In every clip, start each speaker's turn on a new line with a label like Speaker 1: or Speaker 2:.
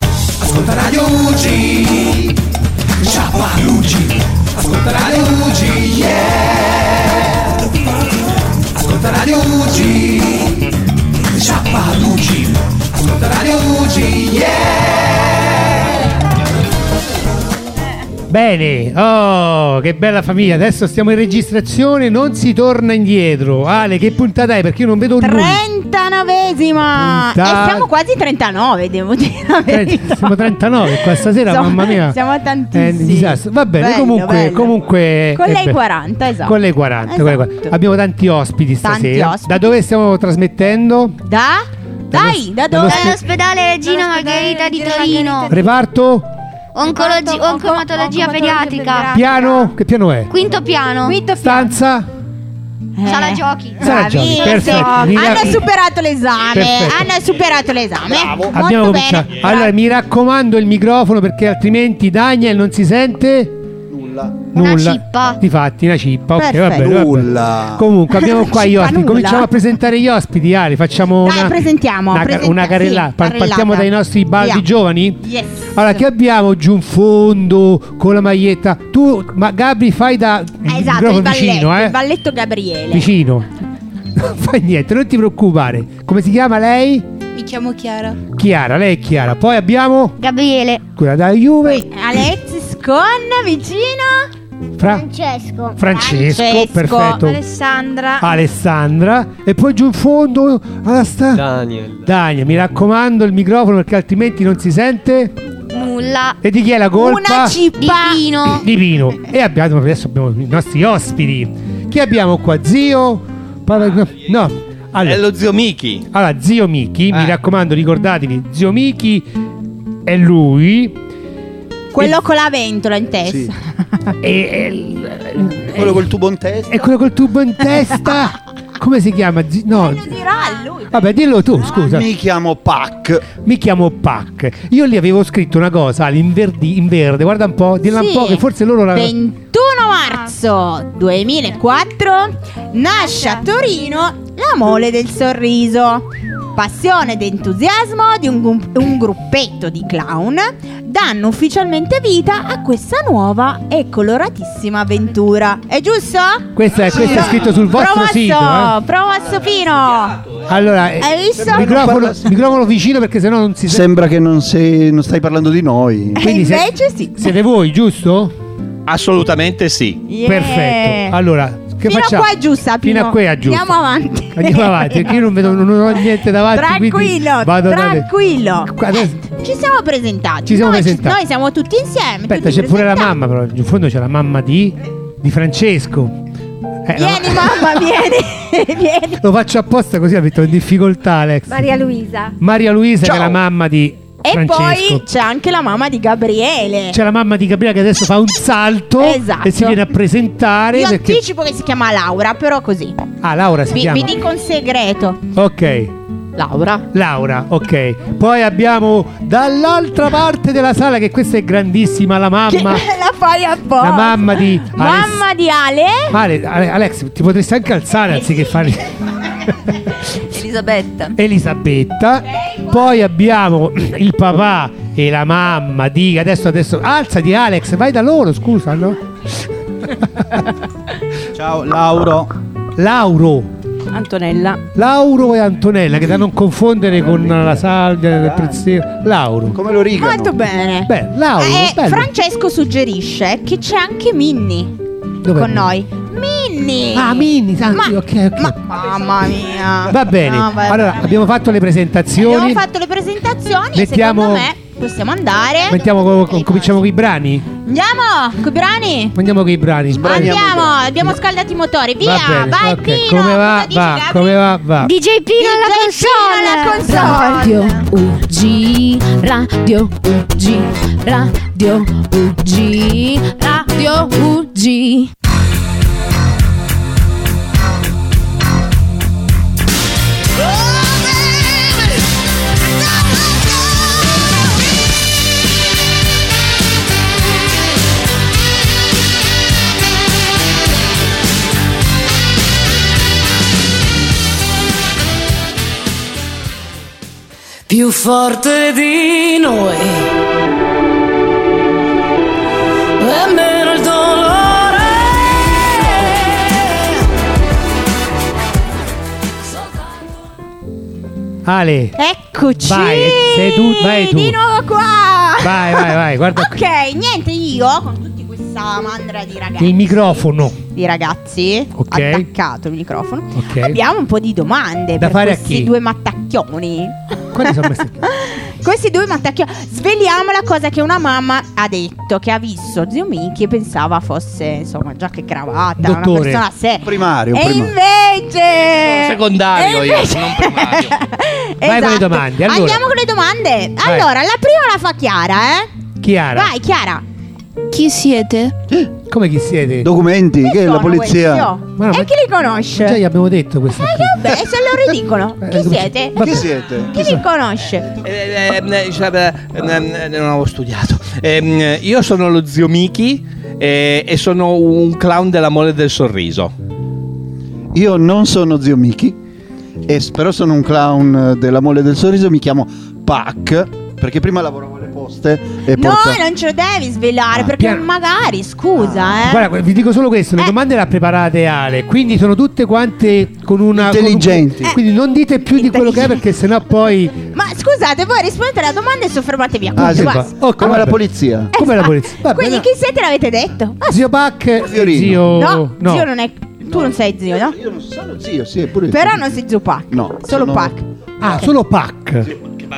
Speaker 1: Ascolta Radio UG Sciapa UG Ascolta Radio UG Yeah Ascolta Radio UG Sciapa UG Ascolta Radio UG Yeah
Speaker 2: Bene, oh, che bella famiglia. Adesso stiamo in registrazione, non si torna indietro. Ale, che puntata è? Perché io non vedo nulla.
Speaker 3: 39esima!
Speaker 2: Punta-
Speaker 3: E Eh, siamo quasi 39, devo dire. la verità.
Speaker 2: siamo 39 qua stasera,
Speaker 3: Insomma,
Speaker 2: mamma mia.
Speaker 3: Siamo a tantissimi.
Speaker 2: È un disastro. Va bene,
Speaker 3: Bello,
Speaker 2: comunque,
Speaker 3: bello.
Speaker 2: comunque
Speaker 3: Con
Speaker 2: è
Speaker 3: lei
Speaker 2: bello.
Speaker 3: 40, esatto.
Speaker 2: Con lei 40, con lei 40.
Speaker 3: Esatto.
Speaker 2: Abbiamo tanti ospiti
Speaker 3: Tanti
Speaker 2: stasera.
Speaker 3: ospiti.
Speaker 2: Da dove stiamo trasmettendo?
Speaker 3: Da? Dai, da
Speaker 2: dallo
Speaker 3: dove?
Speaker 2: spi-
Speaker 4: Dall'ospedale Regina Margherita di Torino,
Speaker 2: Reparto?
Speaker 4: Oncologi-
Speaker 5: Onco-
Speaker 4: oncomatologia
Speaker 5: oncomatologia
Speaker 4: pediatrica,
Speaker 5: pediatrica.
Speaker 2: Piano? Che piano è?
Speaker 4: quinto piano,
Speaker 3: Quinto piano.
Speaker 2: Stanza?
Speaker 3: Eh.
Speaker 4: sala giochi.
Speaker 2: Sala giochi,
Speaker 3: Bravissimo.
Speaker 2: perfetto. Mi raccom-
Speaker 3: Hanno superato l'esame.
Speaker 2: Perfetto.
Speaker 3: Hanno superato l'esame. Molto
Speaker 2: Abbiamo
Speaker 3: bene.
Speaker 2: cominciato. Allora, mi raccomando il microfono perché altrimenti Daniel non si sente.
Speaker 4: Una
Speaker 2: Nulla.
Speaker 4: cippa.
Speaker 2: Difatti, una cippa. Ok, va bene, va bene.
Speaker 1: Nulla
Speaker 2: Comunque, abbiamo qua gli
Speaker 3: Cippa
Speaker 2: ospiti.
Speaker 3: nulla.
Speaker 2: Cominciamo a presentare gli ospiti, Ali. Facciamo
Speaker 3: Dai,
Speaker 2: una,
Speaker 3: presentiamo,
Speaker 2: una,
Speaker 3: presenta-
Speaker 2: una carrellata.
Speaker 3: sì,
Speaker 2: Pa- Partiamo
Speaker 3: carrellata.
Speaker 2: dai nostri baldi
Speaker 3: Via.
Speaker 2: giovani.
Speaker 3: Yes.
Speaker 2: Allora, che abbiamo giù in fondo con la maglietta? Tu, ma Gabri, fai da
Speaker 3: Esatto,
Speaker 2: microfono
Speaker 3: il balletto,
Speaker 2: vicino, eh?
Speaker 3: il balletto Gabriele.
Speaker 2: Vicino. Non fai niente, non ti preoccupare. Come si chiama lei?
Speaker 5: Mi chiamo Chiara.
Speaker 2: Chiara, lei è Chiara. Poi abbiamo
Speaker 4: Gabriele,
Speaker 2: quella da Juve,
Speaker 3: Alexis con vicino
Speaker 2: Fra-
Speaker 4: Francesco,
Speaker 2: Ah. Francesco,
Speaker 3: Francesco.
Speaker 2: perfetto.
Speaker 5: Alessandra.
Speaker 2: Alessandra e poi giù in fondo Asta.
Speaker 6: Daniel.
Speaker 2: Daniel, mi raccomando il microfono perché altrimenti non si sente.
Speaker 4: Nulla,
Speaker 2: E di chi è la colpa?
Speaker 3: una
Speaker 4: di
Speaker 3: cippa.
Speaker 4: Pino,
Speaker 2: di Pino. E abbiamo, adesso abbiamo i nostri ospiti. Chi abbiamo qua? Zio? Parla- no, no.
Speaker 6: Ah, È
Speaker 2: Allora,
Speaker 6: lo zio Miki.
Speaker 2: allora, zio Miki, mi
Speaker 6: Eh.
Speaker 2: raccomando, ricordatevi, zio Miki è lui.
Speaker 3: Quello con la ventola in testa.
Speaker 1: Sì.
Speaker 3: Ah.
Speaker 2: E, e-
Speaker 1: Quello col tubo in testa
Speaker 2: e quello col tubo in testa. Come si chiama? Zi- no.
Speaker 3: Lo dirà a lui.
Speaker 2: Vabbè, dillo
Speaker 3: Ah,
Speaker 2: tu, scusa.
Speaker 1: Mi chiamo Pac
Speaker 2: Mi chiamo Pac. Io lì avevo scritto una cosa Ale, in, verdi- in verde, guarda un po', dilla un
Speaker 3: Sì.
Speaker 2: po' che forse loro la.
Speaker 3: 21 marzo 2004 nasce a Torino la mole del sorriso. Passione ed entusiasmo di un, gu- un gruppetto di clown danno ufficialmente vita a questa nuova e coloratissima avventura. È giusto?
Speaker 2: Questa è, questo è scritto sul vostro
Speaker 3: Promosso,
Speaker 2: sito. eh.
Speaker 3: promosso Pino.
Speaker 2: Allora, eh,
Speaker 3: Hai visto? Eh,
Speaker 2: microfono,
Speaker 1: Parla-
Speaker 2: microfono vicino perché sennò non si sente.
Speaker 1: Sembra che non, sei- non stai parlando di noi
Speaker 2: Quindi se-
Speaker 3: invece sì.
Speaker 2: Siete voi, giusto?
Speaker 6: Assolutamente sì.
Speaker 3: Yeah.
Speaker 2: Perfetto. Allora, che
Speaker 3: Fino
Speaker 2: facciamo?
Speaker 3: a qua è giusta, Pino.
Speaker 2: Fino a qui è giusto.
Speaker 3: Andiamo avanti.
Speaker 2: Andiamo avanti, perché io non vedo non ho niente davanti. quindi
Speaker 3: Tranquillo,
Speaker 2: vado da-
Speaker 3: tranquillo. Eh,
Speaker 2: Qua adesso-
Speaker 3: Ci siamo presentati.
Speaker 2: Ci siamo
Speaker 3: noi,
Speaker 2: presentati.
Speaker 3: noi siamo tutti insieme.
Speaker 2: Aspetta,
Speaker 3: tutti
Speaker 2: c'è pure la
Speaker 3: presentati.
Speaker 2: mamma, però in fondo c'è la mamma di, di Francesco. Eh, la-
Speaker 3: Vieni, mamma, vieni. vieni.
Speaker 2: Lo faccio apposta così la metto in difficoltà, Alex.
Speaker 5: Maria Luisa.
Speaker 2: Maria Luisa
Speaker 1: Ciao.
Speaker 2: che è la mamma di
Speaker 3: E
Speaker 2: Francesco.
Speaker 3: poi c'è anche la mamma di Gabriele.
Speaker 2: c'è la mamma di Gabriele che adesso fa un salto
Speaker 3: Esatto.
Speaker 2: e si viene a presentare
Speaker 3: Io
Speaker 2: perché
Speaker 3: anticipo che si chiama Laura, però così.
Speaker 2: Ah, Laura si
Speaker 3: Vi,
Speaker 2: chiama.
Speaker 3: vi dico un segreto.
Speaker 2: Ok.
Speaker 3: Laura.
Speaker 2: Laura, ok. Poi abbiamo dall'altra parte della sala che questa è grandissima la
Speaker 3: Che
Speaker 2: mamma
Speaker 3: la fai a po'.
Speaker 2: la mamma di Aless-
Speaker 3: Oh. Mamma di Ale.
Speaker 2: Ale- Ale- Alex, ti potresti anche alzare anziché fare
Speaker 5: Elisabetta.
Speaker 2: Elisabetta. Poi abbiamo il papà e la mamma di adesso adesso alzati Alex, vai da loro, scusa, no?
Speaker 1: Ciao Lauro
Speaker 2: Lauro,
Speaker 5: Antonella.
Speaker 2: Lauro e Antonella, che da non confondere con la salvia del prezzino. Lauro.
Speaker 1: Come lo rigano?
Speaker 3: Molto bene.
Speaker 2: Beh, Lauro,
Speaker 3: Eh,
Speaker 2: bello.
Speaker 3: Francesco suggerisce che c'è anche Minnie.
Speaker 2: Dov'è?
Speaker 3: con noi. Minni!
Speaker 2: Ah, Minni, ah, sì, ok, ok.
Speaker 3: mamma mia.
Speaker 2: Va bene.
Speaker 3: No, va-
Speaker 2: allora, abbiamo fatto le presentazioni.
Speaker 3: abbiamo fatto le presentazioni,
Speaker 2: Mettiamo-
Speaker 3: secondo me possiamo andare.
Speaker 2: Mettiamo co- co- cominciamo con i brani.
Speaker 3: Andiamo, coi brani.
Speaker 2: Andiamo con i brani.
Speaker 1: Sbraniamo.
Speaker 3: Andiamo, abbiamo scaldato i motori. Via,
Speaker 2: Va bene,
Speaker 3: vai
Speaker 2: ok.
Speaker 3: Pino.
Speaker 2: Come va?
Speaker 3: cosa dici,
Speaker 2: Va,
Speaker 3: Gabri?
Speaker 2: come va? Va.
Speaker 4: DJ Pino alla
Speaker 3: DJ
Speaker 4: console.
Speaker 3: Pino alla console.
Speaker 7: Radio UG, Radio UG, Radio UG, Radio UG.
Speaker 8: più forte di noi.
Speaker 2: Ale,
Speaker 3: Eccoci!
Speaker 2: Vai, sei tu- vai tu.
Speaker 3: Di nuovo qua!
Speaker 2: Vai, vai, vai, guarda qui.
Speaker 3: ok, niente, io con tutti questa mandra di ragazzi.
Speaker 2: il microfono
Speaker 3: Di ragazzi,
Speaker 2: Ok.
Speaker 3: attaccato il microfono.
Speaker 2: Ok.
Speaker 3: Abbiamo un po' di domande
Speaker 2: Da
Speaker 3: per
Speaker 2: fare a
Speaker 3: questi
Speaker 2: chi?
Speaker 3: due mattacchioni.
Speaker 2: Quali sono questi?
Speaker 3: questi due mattacchioni. Sveliamo la cosa che una mamma ha detto, che ha visto zio Michi e pensava fosse, insomma, già che cravatta, una
Speaker 2: Dottore.
Speaker 3: persona seria.
Speaker 1: Primario,
Speaker 3: E
Speaker 1: primario.
Speaker 3: invece
Speaker 6: Sono secondario
Speaker 3: E Esatto.
Speaker 6: io, non primario.
Speaker 2: Vai con le domande, allora.
Speaker 3: Andiamo con le domande
Speaker 2: Vai.
Speaker 3: Allora, la prima la fa Chiara, eh
Speaker 2: Chiara,
Speaker 3: Vai Chiara
Speaker 4: Chi siete?
Speaker 2: come chi siete?
Speaker 1: Documenti,
Speaker 3: Chi
Speaker 1: che è la
Speaker 3: sono
Speaker 1: polizia.
Speaker 3: questi, oh?
Speaker 2: Ma no,
Speaker 3: e
Speaker 2: ma-
Speaker 3: chi li conosce?
Speaker 2: Già gli abbiamo detto questa
Speaker 3: Eh,
Speaker 2: qui.
Speaker 3: vabbè, se lo ridicono
Speaker 2: Eh,
Speaker 3: Chi
Speaker 2: come-
Speaker 3: siete?
Speaker 2: vabbè.
Speaker 1: Chi siete?
Speaker 3: Chi li conosce?
Speaker 6: Eh, ehm, eh, cioè, eh, ehm, eh, non avevo studiato. Ehm, io sono lo zio Miki eh, e sono un clown della mole del sorriso.
Speaker 1: Io non sono zio Miki, e s- però sono un clown eh, della mole del sorriso, mi chiamo Pac, perché prima lavoravo alle poste e
Speaker 3: No,
Speaker 1: porta-
Speaker 3: non ce lo devi svelare
Speaker 1: Ah,
Speaker 3: Perché
Speaker 2: piano. Ah,
Speaker 3: magari, scusa eh
Speaker 2: Guarda, que- vi dico solo questo, le
Speaker 3: Eh.
Speaker 2: domande le ha preparate Ale, quindi sono tutte quante con una... con un- Eh.
Speaker 1: Intelligenti.
Speaker 2: quindi non dite più di quello che è perché sennò poi...
Speaker 3: Ma scusate, voi rispondete alla domanda e soffermatevi a
Speaker 1: Ah, sì,
Speaker 2: va.
Speaker 1: va.
Speaker 2: Oh,
Speaker 1: come
Speaker 2: vabbè.
Speaker 1: la polizia.
Speaker 2: Come la polizia?
Speaker 3: Esatto.
Speaker 2: Vabbè,
Speaker 3: Quindi
Speaker 2: no.
Speaker 3: chi siete l'avete detto? Ah,
Speaker 2: Zio Bac, e
Speaker 1: Fiorino.
Speaker 2: zio...
Speaker 3: No, zio non è Tu non sei zio, no?
Speaker 1: Io non sono zio, sì, eppure.
Speaker 3: Però non sei zio Pac
Speaker 1: No,
Speaker 3: Solo
Speaker 1: sono-
Speaker 3: Pac
Speaker 2: Ah, solo Pac.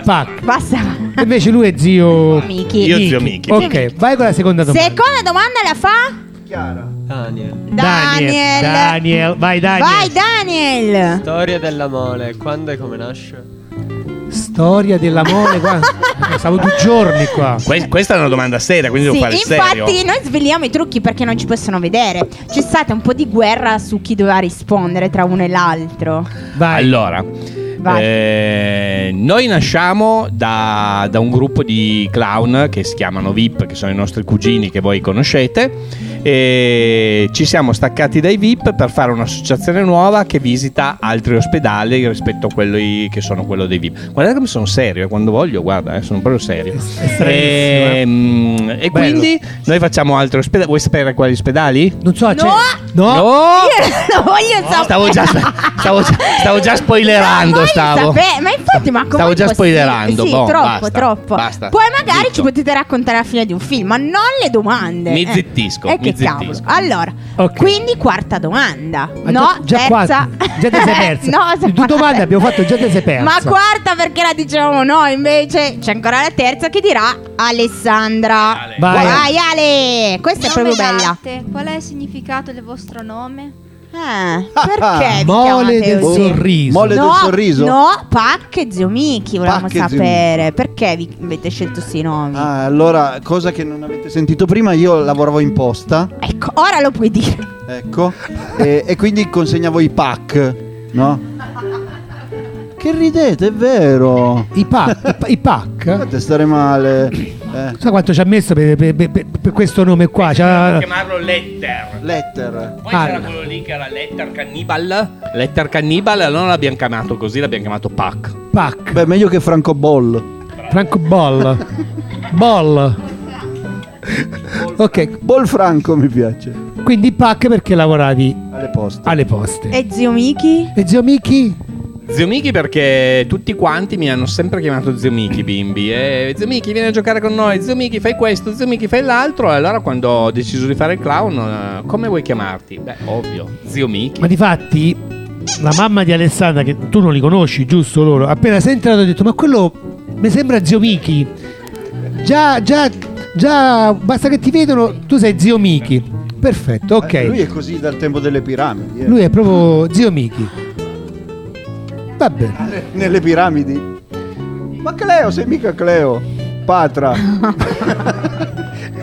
Speaker 2: Pac.
Speaker 3: Basta
Speaker 2: Invece lui è zio...
Speaker 3: Miki.
Speaker 6: Io zio Miki.
Speaker 2: Ok, vai con la seconda domanda.
Speaker 3: Seconda domanda la fa
Speaker 1: Chiara.
Speaker 8: Daniel,
Speaker 3: Daniel.
Speaker 2: Daniel. Daniel, vai Daniel.
Speaker 3: Vai Daniel.
Speaker 8: storia della mole, quando e come nasce?
Speaker 2: Storia dell'amore qua. Stavo due giorni qua.
Speaker 6: Que- questa è una domanda seria, quindi
Speaker 3: Sì,
Speaker 6: devo fare il serio.
Speaker 3: infatti noi sveliamo i trucchi perché non ci possono vedere. C'è stata un po' di guerra su chi doveva rispondere tra uno e l'altro.
Speaker 2: Vai.
Speaker 6: Allora,
Speaker 3: Vai.
Speaker 6: eh, noi nasciamo da, da un gruppo di clown che si chiamano VIP, che sono i nostri cugini che voi conoscete. E ci siamo staccati dai VIP per fare un'associazione nuova che visita altri ospedali rispetto a quelli che sono quello dei VIP. Guardate come sono serio, eh, quando voglio, guarda, eh, sono proprio serio.
Speaker 2: È stranissimo, eh.
Speaker 6: Ehm, E,
Speaker 2: Bello.
Speaker 6: quindi noi facciamo altri ospedali. Vuoi sapere quali ospedali?
Speaker 2: Non so, c'è. No.
Speaker 3: Io non voglio sapere.
Speaker 6: Stavo già, stavo già- stavo già spoilerando,
Speaker 3: Non voglio
Speaker 6: stavo.
Speaker 3: sapere, ma infatti, ma come
Speaker 6: Stavo già spoilerando,
Speaker 3: Sì,
Speaker 6: boh,
Speaker 3: troppo,
Speaker 6: basta,
Speaker 3: troppo.
Speaker 6: basta.
Speaker 3: Poi magari
Speaker 6: Zitto.
Speaker 3: ci potete raccontare la fine di un film, ma non le domande.
Speaker 6: Mi
Speaker 3: eh.
Speaker 6: zittisco,
Speaker 3: Eh,
Speaker 6: mi
Speaker 3: che cavolo.
Speaker 6: zittisco.
Speaker 3: Allora,
Speaker 2: Ok.
Speaker 3: quindi quarta domanda.
Speaker 2: Ma
Speaker 3: no,
Speaker 2: già- già
Speaker 3: terza.
Speaker 2: quarta. Già te sei persa.
Speaker 3: no, se-
Speaker 2: Di due domande abbiamo fatto, già te sei persa.
Speaker 3: Ma quarta perché la dicevamo no, invece c'è ancora la terza che dirà Alessandra.
Speaker 6: Ale.
Speaker 2: Vai.
Speaker 3: Vai Ale, questa è proprio bella.
Speaker 5: Qual è il significato del vostro nome?
Speaker 3: Eh, perché vi
Speaker 2: Mole
Speaker 3: chiamate
Speaker 2: del
Speaker 3: così?
Speaker 2: sorriso.
Speaker 1: Mole del sorriso?
Speaker 3: No, Pac e Zio Miki volevamo
Speaker 1: Pac e Zio
Speaker 3: sapere perché vi avete scelto questi nomi.
Speaker 1: Ah, allora, cosa che non avete sentito prima, io lavoravo in posta,
Speaker 3: Ecco, ora lo puoi dire.
Speaker 1: ecco, e, e quindi consegnavo i pack, no? Che ridete, è vero.
Speaker 2: I pack. i pa- I pack.
Speaker 1: Fate stare male. Eh,
Speaker 2: Sai quanto ci ha messo per, per- per- per questo nome qua? C'ha-
Speaker 6: chiamarlo Letter.
Speaker 1: letter.
Speaker 6: Poi
Speaker 2: Ah.
Speaker 6: c'era quello lì che era Letter Cannibal. Letter Cannibal, allora l'abbiamo chiamato così, l'abbiamo chiamato Pac.
Speaker 2: Pac.
Speaker 1: Beh, meglio che Franco Boll.
Speaker 2: Franco Ball. Ball. Ok,
Speaker 1: Boll Franco mi piace.
Speaker 2: quindi pack perché lavoravi
Speaker 1: Alle poste.
Speaker 2: alle poste.
Speaker 3: E Zio Miki?
Speaker 2: E zio Miki?
Speaker 6: Zio Miki perché tutti quanti mi hanno sempre chiamato Zio Miki, bimbi. E Zio Miki vieni a giocare con noi, Zio Miki fai questo, Zio Miki fai l'altro. E allora quando ho deciso di fare il clown, eh, come vuoi chiamarti? Beh, ovvio, Zio Miki.
Speaker 2: Ma di fatti la mamma di Alessandra, che tu non li conosci, giusto loro? Appena sei entrato ho detto, ma quello mi sembra zio Miki. Già, già, già, basta che ti vedono, tu sei zio Miki. Perfetto, ok.
Speaker 1: Eh, Lui è così dal tempo delle piramidi. eh.
Speaker 2: Lui è proprio zio Miki. Va bene.
Speaker 1: Nelle piramidi. Ma Cleo, sei mica Cleo. Patra.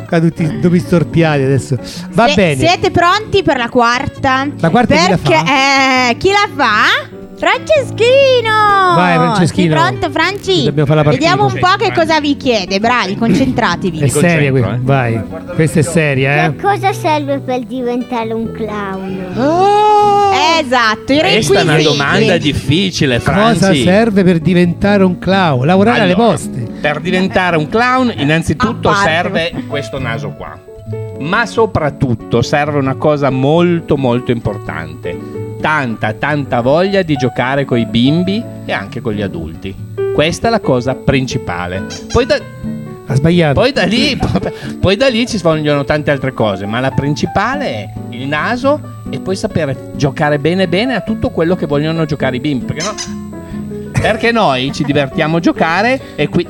Speaker 2: Qua tutti dove storpiati adesso. Va
Speaker 3: Se-
Speaker 2: bene.
Speaker 3: Siete pronti per la quarta?
Speaker 2: La quarta chi la
Speaker 3: perché,
Speaker 2: fa?
Speaker 3: eh, chi la fa? Franceschino!
Speaker 2: Vai, Franceschino.
Speaker 3: Sei pronto Franci?
Speaker 2: Dobbiamo farla partire.
Speaker 3: Vediamo un po' che cosa vi chiede, bravi,
Speaker 2: È
Speaker 3: concentratevi.
Speaker 6: concentro,
Speaker 2: seria questa,
Speaker 6: eh.
Speaker 2: vai. Questa è seria, eh.
Speaker 9: cosa serve per diventare un clown?
Speaker 3: Eh,
Speaker 2: Oh!
Speaker 3: Esatto, i
Speaker 6: Questa è una
Speaker 3: requisiti.
Speaker 6: domanda difficile, Franci.
Speaker 2: Cosa serve per diventare un clown? Lavorare alle
Speaker 6: Allora,
Speaker 2: poste.
Speaker 6: Per diventare un clown, innanzitutto
Speaker 3: Eh, A parte.
Speaker 6: serve questo naso qua. Ma soprattutto serve una cosa molto molto importante. tanta, tanta voglia di giocare con i bimbi e anche con gli adulti. Questa è la cosa principale. Poi da,
Speaker 2: Ha sbagliato.
Speaker 6: poi da
Speaker 2: eh.
Speaker 6: lì, poi da lì ci svolgono tante altre cose, ma la principale è il naso e poi sapere giocare bene bene a tutto quello che vogliono giocare i bimbi. Perché, no- perché noi ci divertiamo a giocare e, qui-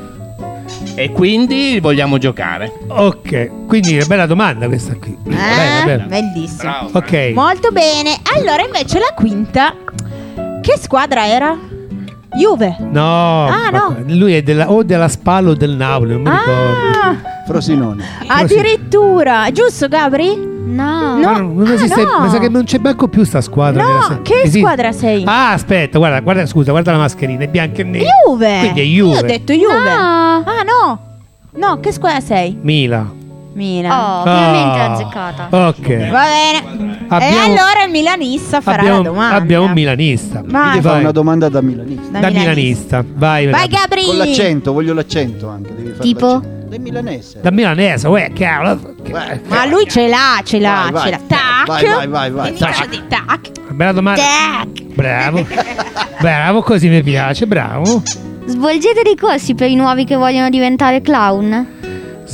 Speaker 6: e quindi vogliamo giocare.
Speaker 2: Ok, quindi è una bella domanda questa qui.
Speaker 3: Ah,
Speaker 2: Bella, bella.
Speaker 3: bellissimo.
Speaker 6: Bravo.
Speaker 2: Ok.
Speaker 3: Molto bene. Allora invece la quinta. Che squadra era? Juve.
Speaker 2: No,
Speaker 3: Ah,
Speaker 2: ma-
Speaker 3: no.
Speaker 2: lui è della, o della Spal o del Napoli, non mi ricordo.
Speaker 3: Ah,
Speaker 1: Frosinone.
Speaker 3: addirittura. Giusto, Gabri?
Speaker 4: No.
Speaker 3: No.
Speaker 2: Ma non- non
Speaker 3: ah,
Speaker 2: esiste-
Speaker 3: no.
Speaker 2: Mi sa che non c'è manco più sta squadra.
Speaker 3: No,
Speaker 2: se-
Speaker 3: che
Speaker 2: Esi-
Speaker 3: squadra sei?
Speaker 2: Ah, aspetta, guarda, guarda, scusa, guarda la mascherina, è bianca e nera.
Speaker 3: Juve.
Speaker 2: Quindi è
Speaker 3: Io ho
Speaker 2: Juve.
Speaker 3: detto Juve.
Speaker 4: No.
Speaker 3: Ah, no. No, che squadra sei?
Speaker 2: Mila.
Speaker 3: Milan.
Speaker 5: Oh,
Speaker 2: Ovviamente
Speaker 5: ovviamente l'ha azzeccata.
Speaker 2: Ah, Ok.
Speaker 3: Va bene. E
Speaker 2: Abbiamo-
Speaker 3: allora il milanista farà
Speaker 2: abbiamo,
Speaker 3: la domanda.
Speaker 2: abbiamo un milanista.
Speaker 3: Vai.
Speaker 1: Quindi
Speaker 2: Ah, Vai.
Speaker 1: fa una domanda da milanista.
Speaker 3: Da
Speaker 2: da
Speaker 3: milanista.
Speaker 2: milanista. Vai,
Speaker 3: Vai Gabri.
Speaker 1: Con l'accento, voglio l'accento anche. Devi fare
Speaker 4: Tipo?
Speaker 1: l'accento. Dai milanese. Eh,
Speaker 2: Da milanese, uè, cavolo.
Speaker 1: Vai.
Speaker 3: Ma lui ce l'ha, ce l'ha,
Speaker 1: Vai, vai.
Speaker 3: ce l'ha. Tac.
Speaker 1: Vai, vai, vai, vai.
Speaker 3: Inizia
Speaker 1: Tac.
Speaker 3: di tac.
Speaker 2: Bella domanda.
Speaker 3: Tac.
Speaker 2: Bravo. bravo, così mi piace, bravo.
Speaker 4: Svolgete dei corsi per i nuovi che vogliono diventare clown?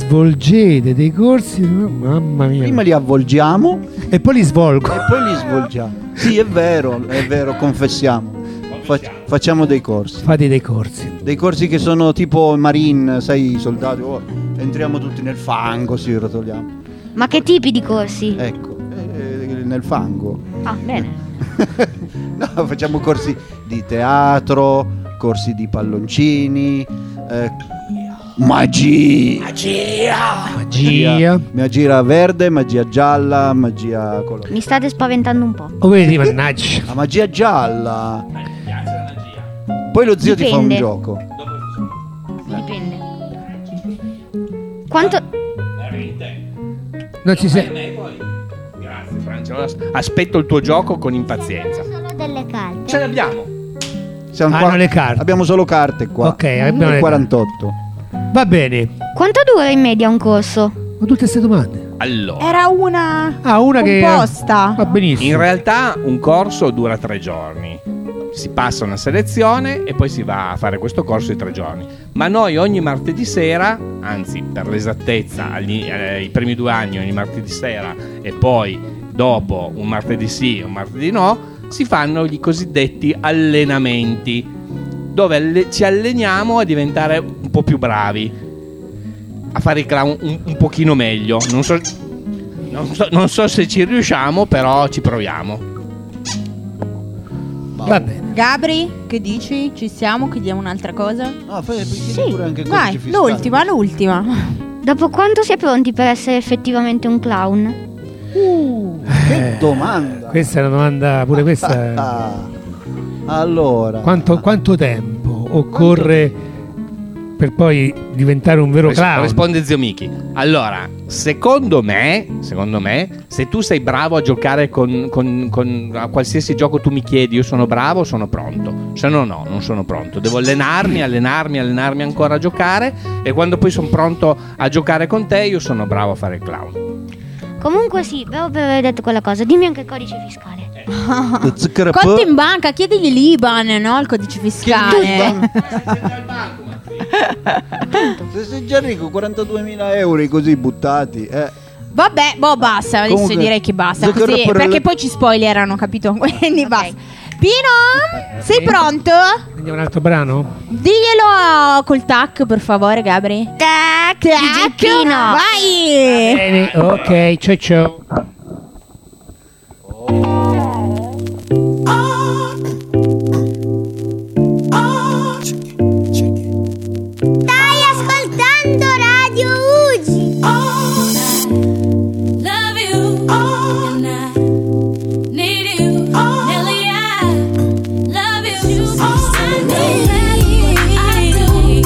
Speaker 2: Svolgete dei corsi, mamma mia.
Speaker 1: Prima li avvolgiamo e
Speaker 2: E poi li svolgo.
Speaker 1: poi li svolgiamo. Sì, è vero, è vero, confessiamo. Fac- facciamo dei corsi.
Speaker 2: Fate dei corsi.
Speaker 1: Dei corsi che sono tipo marine, sai, i soldati. oh, entriamo tutti nel fango, si rotoliamo.
Speaker 4: Ma che tipi di corsi?
Speaker 1: Ecco, eh, nel fango.
Speaker 4: Ah, bene.
Speaker 1: No, facciamo corsi di teatro, corsi di palloncini, eh, magia.
Speaker 2: Magia.
Speaker 1: Magia verde, magia gialla, magia colorata.
Speaker 4: Mi state spaventando un po'.
Speaker 2: O Oh, vedi, mannaggia.
Speaker 1: La magia gialla. Poi lo zio ti fa un
Speaker 4: Dipende.
Speaker 1: gioco.
Speaker 4: Dipende. Quanto...
Speaker 2: Non ci sei.
Speaker 6: Grazie Francia, aspetto il tuo gioco con impazienza.
Speaker 9: Sono delle carte.
Speaker 6: Ce l'abbiamo.
Speaker 1: Siamo
Speaker 2: Ah, Hanno le carte.
Speaker 1: Abbiamo solo carte qua.
Speaker 2: Ok, abbiamo
Speaker 1: Il
Speaker 2: le-
Speaker 1: 48.
Speaker 2: Va bene.
Speaker 4: Quanto dura in media un corso?
Speaker 2: Ho tutte queste domande.
Speaker 6: Allora,
Speaker 3: Era una
Speaker 2: Ah, una che.
Speaker 3: composta.
Speaker 2: Va benissimo.
Speaker 6: In realtà un corso dura tre giorni. Si passa una selezione e poi si va a fare questo corso di tre giorni. Ma noi ogni martedì sera, anzi per l'esattezza, agli- eh, i primi due anni ogni martedì sera e poi dopo un martedì sì e un martedì no, si fanno i cosiddetti allenamenti, dove alle- ci alleniamo a diventare un po' più bravi, a fare i clown un, un pochino meglio. Non so, non so- non so se ci riusciamo, però ci proviamo.
Speaker 2: Va bene.
Speaker 3: Gabri, che dici? Ci siamo? Chiediamo un'altra cosa?
Speaker 1: No, fai chiedi
Speaker 4: Sì.
Speaker 1: pure anche codici
Speaker 3: Vai,
Speaker 1: fiscali.
Speaker 3: l'ultima, l'ultima.
Speaker 4: Dopo quanto si è pronti per essere effettivamente un clown?
Speaker 1: Uh. Che domanda.
Speaker 2: Questa è una domanda. Pure questa. è-
Speaker 1: Ah, allora.
Speaker 2: Quanto, quanto tempo occorre per poi diventare un vero
Speaker 6: Ris-
Speaker 2: clown?
Speaker 6: Risponde zio Miki. Allora, secondo me, secondo me, se tu sei bravo a giocare con, con- con- a qualsiasi gioco tu mi chiedi, io sono bravo, sono pronto. Se no, no, non sono pronto. Devo allenarmi, allenarmi, allenarmi ancora a giocare. E quando poi sono pronto a giocare con te, io sono bravo a fare il clown.
Speaker 4: Comunque sì, bravo per aver detto quella cosa. Dimmi anche il codice fiscale.
Speaker 1: Lo zucchero
Speaker 3: Conti
Speaker 1: po-
Speaker 3: in banca, chiedigli l'Iban, no? Il codice fiscale.
Speaker 1: Se sei già ricco, 42.000 euro così buttati. Eh.
Speaker 3: Vabbè, boh, basta. Adesso
Speaker 1: Comunque,
Speaker 3: direi che basta.
Speaker 1: Zucchero
Speaker 3: Così,
Speaker 1: per-
Speaker 3: perché poi ci spoilerano, capito? Quindi basta. Pino, sei pronto?
Speaker 2: Andiamo un altro brano?
Speaker 3: Diglielo col tac, per favore, Gabri. Tac, tac.
Speaker 4: Pino.
Speaker 3: Vai.
Speaker 2: Bene, ok, ciao ciao.
Speaker 9: Stai ascoltando Radio Ugi.
Speaker 7: Love you. And I need you. Nelly, I love you. I need I do.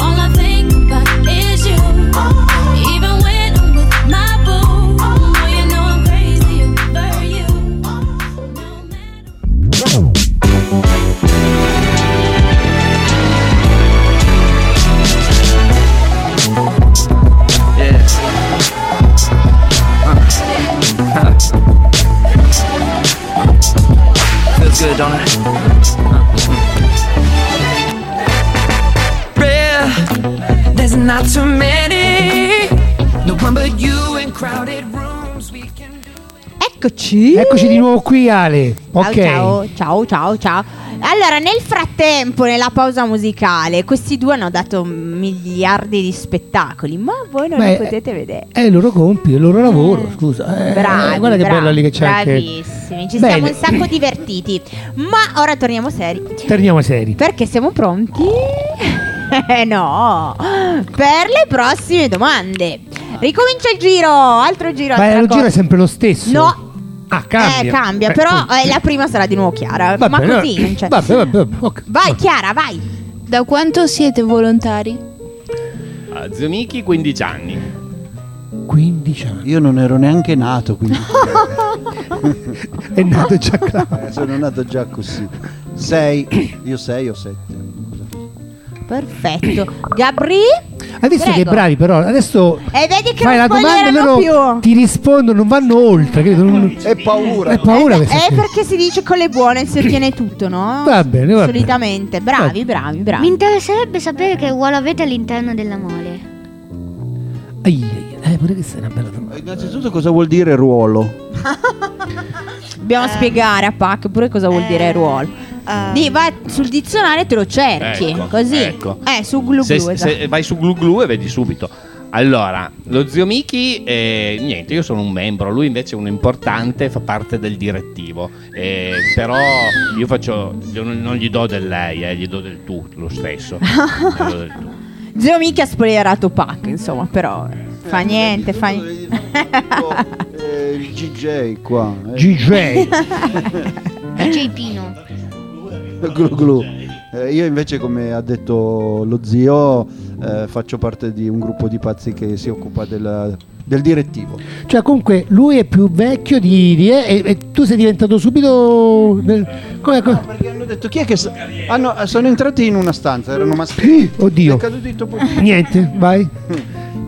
Speaker 7: All I think about is you. Even when I'm with my boo. No, you're
Speaker 3: Eccoci.
Speaker 2: Eccoci di nuovo qui Ale.
Speaker 3: Ciao,
Speaker 2: Ok.
Speaker 3: Ciao, ciao, ciao, ciao. Allora, nel frattempo, nella pausa musicale, questi due hanno dato miliardi di spettacoli, ma voi non
Speaker 2: Beh,
Speaker 3: li potete vedere. Mm.
Speaker 2: È il loro compito, il loro lavoro, scusa. Eh,
Speaker 3: Bravi,
Speaker 2: guarda che
Speaker 3: bravi,
Speaker 2: bella lì che c'è anche.
Speaker 3: Bravissimi, ci
Speaker 2: Bene.
Speaker 3: siamo un sacco divertiti. Ma ora torniamo seri.
Speaker 2: Torniamo seri.
Speaker 3: Perché siamo pronti? Eh no, per le prossime domande. Ricomincia il giro, altro giro.
Speaker 2: Ma
Speaker 3: altra
Speaker 2: il giro
Speaker 3: cosa.
Speaker 2: è sempre lo stesso.
Speaker 3: No.
Speaker 2: Ah, cambia.
Speaker 3: Eh, cambia,
Speaker 2: Eh,
Speaker 3: però
Speaker 2: sì.
Speaker 3: eh, la prima sarà di nuovo Chiara.
Speaker 2: Vabbè,
Speaker 3: ma
Speaker 2: allora-
Speaker 3: così non c'è.
Speaker 2: Vabbè, vabbè, vabbè, ok.
Speaker 3: Vai Chiara, vai.
Speaker 5: Da quanto siete volontari?
Speaker 6: Ah, zio Miki, 15 anni.
Speaker 2: 15 anni.
Speaker 1: Io non ero neanche nato, quindi
Speaker 2: È nato già Claudio.
Speaker 1: eh, sono nato già così. Sei, io sei o sette.
Speaker 3: Perfetto. Gabri?
Speaker 2: Hai visto
Speaker 3: Prego.
Speaker 2: che bravi però? Adesso
Speaker 3: E vedi che
Speaker 2: fai la
Speaker 3: non
Speaker 2: domanda e
Speaker 3: spoilerano
Speaker 2: loro
Speaker 3: più.
Speaker 2: ti rispondono, non vanno oltre. credo, non-
Speaker 1: E paura.
Speaker 2: Hai paura
Speaker 3: Eh,
Speaker 2: questa
Speaker 3: eh,
Speaker 2: sera.
Speaker 3: perché si dice con le buone si ottiene tutto, no?
Speaker 2: Va bene, va bene.
Speaker 3: Solitamente. Bravi, bravi, bravi.
Speaker 4: Mi interesserebbe sapere che ruolo avete all'interno della mole.
Speaker 2: Ai, ai, ai, eh, pure che sei una bella domanda.
Speaker 1: Innanzitutto cosa vuol dire ruolo?
Speaker 3: Dobbiamo spiegare a Pac pure cosa vuol dire ruolo. Di, vai sul dizionario e te lo cerchi.
Speaker 6: Ecco,
Speaker 3: così.
Speaker 6: ecco.
Speaker 3: Eh, su Glu
Speaker 6: Se-
Speaker 3: Glu, esatto.
Speaker 6: se vai su Glu Glu e vedi subito. Allora, lo zio Miki, eh, niente, io sono un membro, lui invece è un importante, fa parte del direttivo. Eh, però io faccio, io non, non gli do del lei, eh, gli do del tu lo stesso. Gli do del tu.
Speaker 3: Zio Miki ha spoilerato Pac, insomma, però. Fa niente, fa niente.
Speaker 1: Eh, il GJ qua. eh.
Speaker 2: GJ.
Speaker 4: DJ Pino.
Speaker 1: Glu glu. Eh, io invece, come ha detto lo zio, eh, faccio parte di un gruppo di pazzi che si occupa della- del direttivo.
Speaker 2: Cioè, comunque, lui è più vecchio di, di- eh, e, e tu sei diventato subito. nel- come- come-
Speaker 1: Perché hanno detto chi è che. sa- hanno- sono entrati in una stanza, erano
Speaker 2: Ih,
Speaker 1: maschili.
Speaker 2: Oddio.
Speaker 1: È caduto il topo.
Speaker 2: Niente, vai.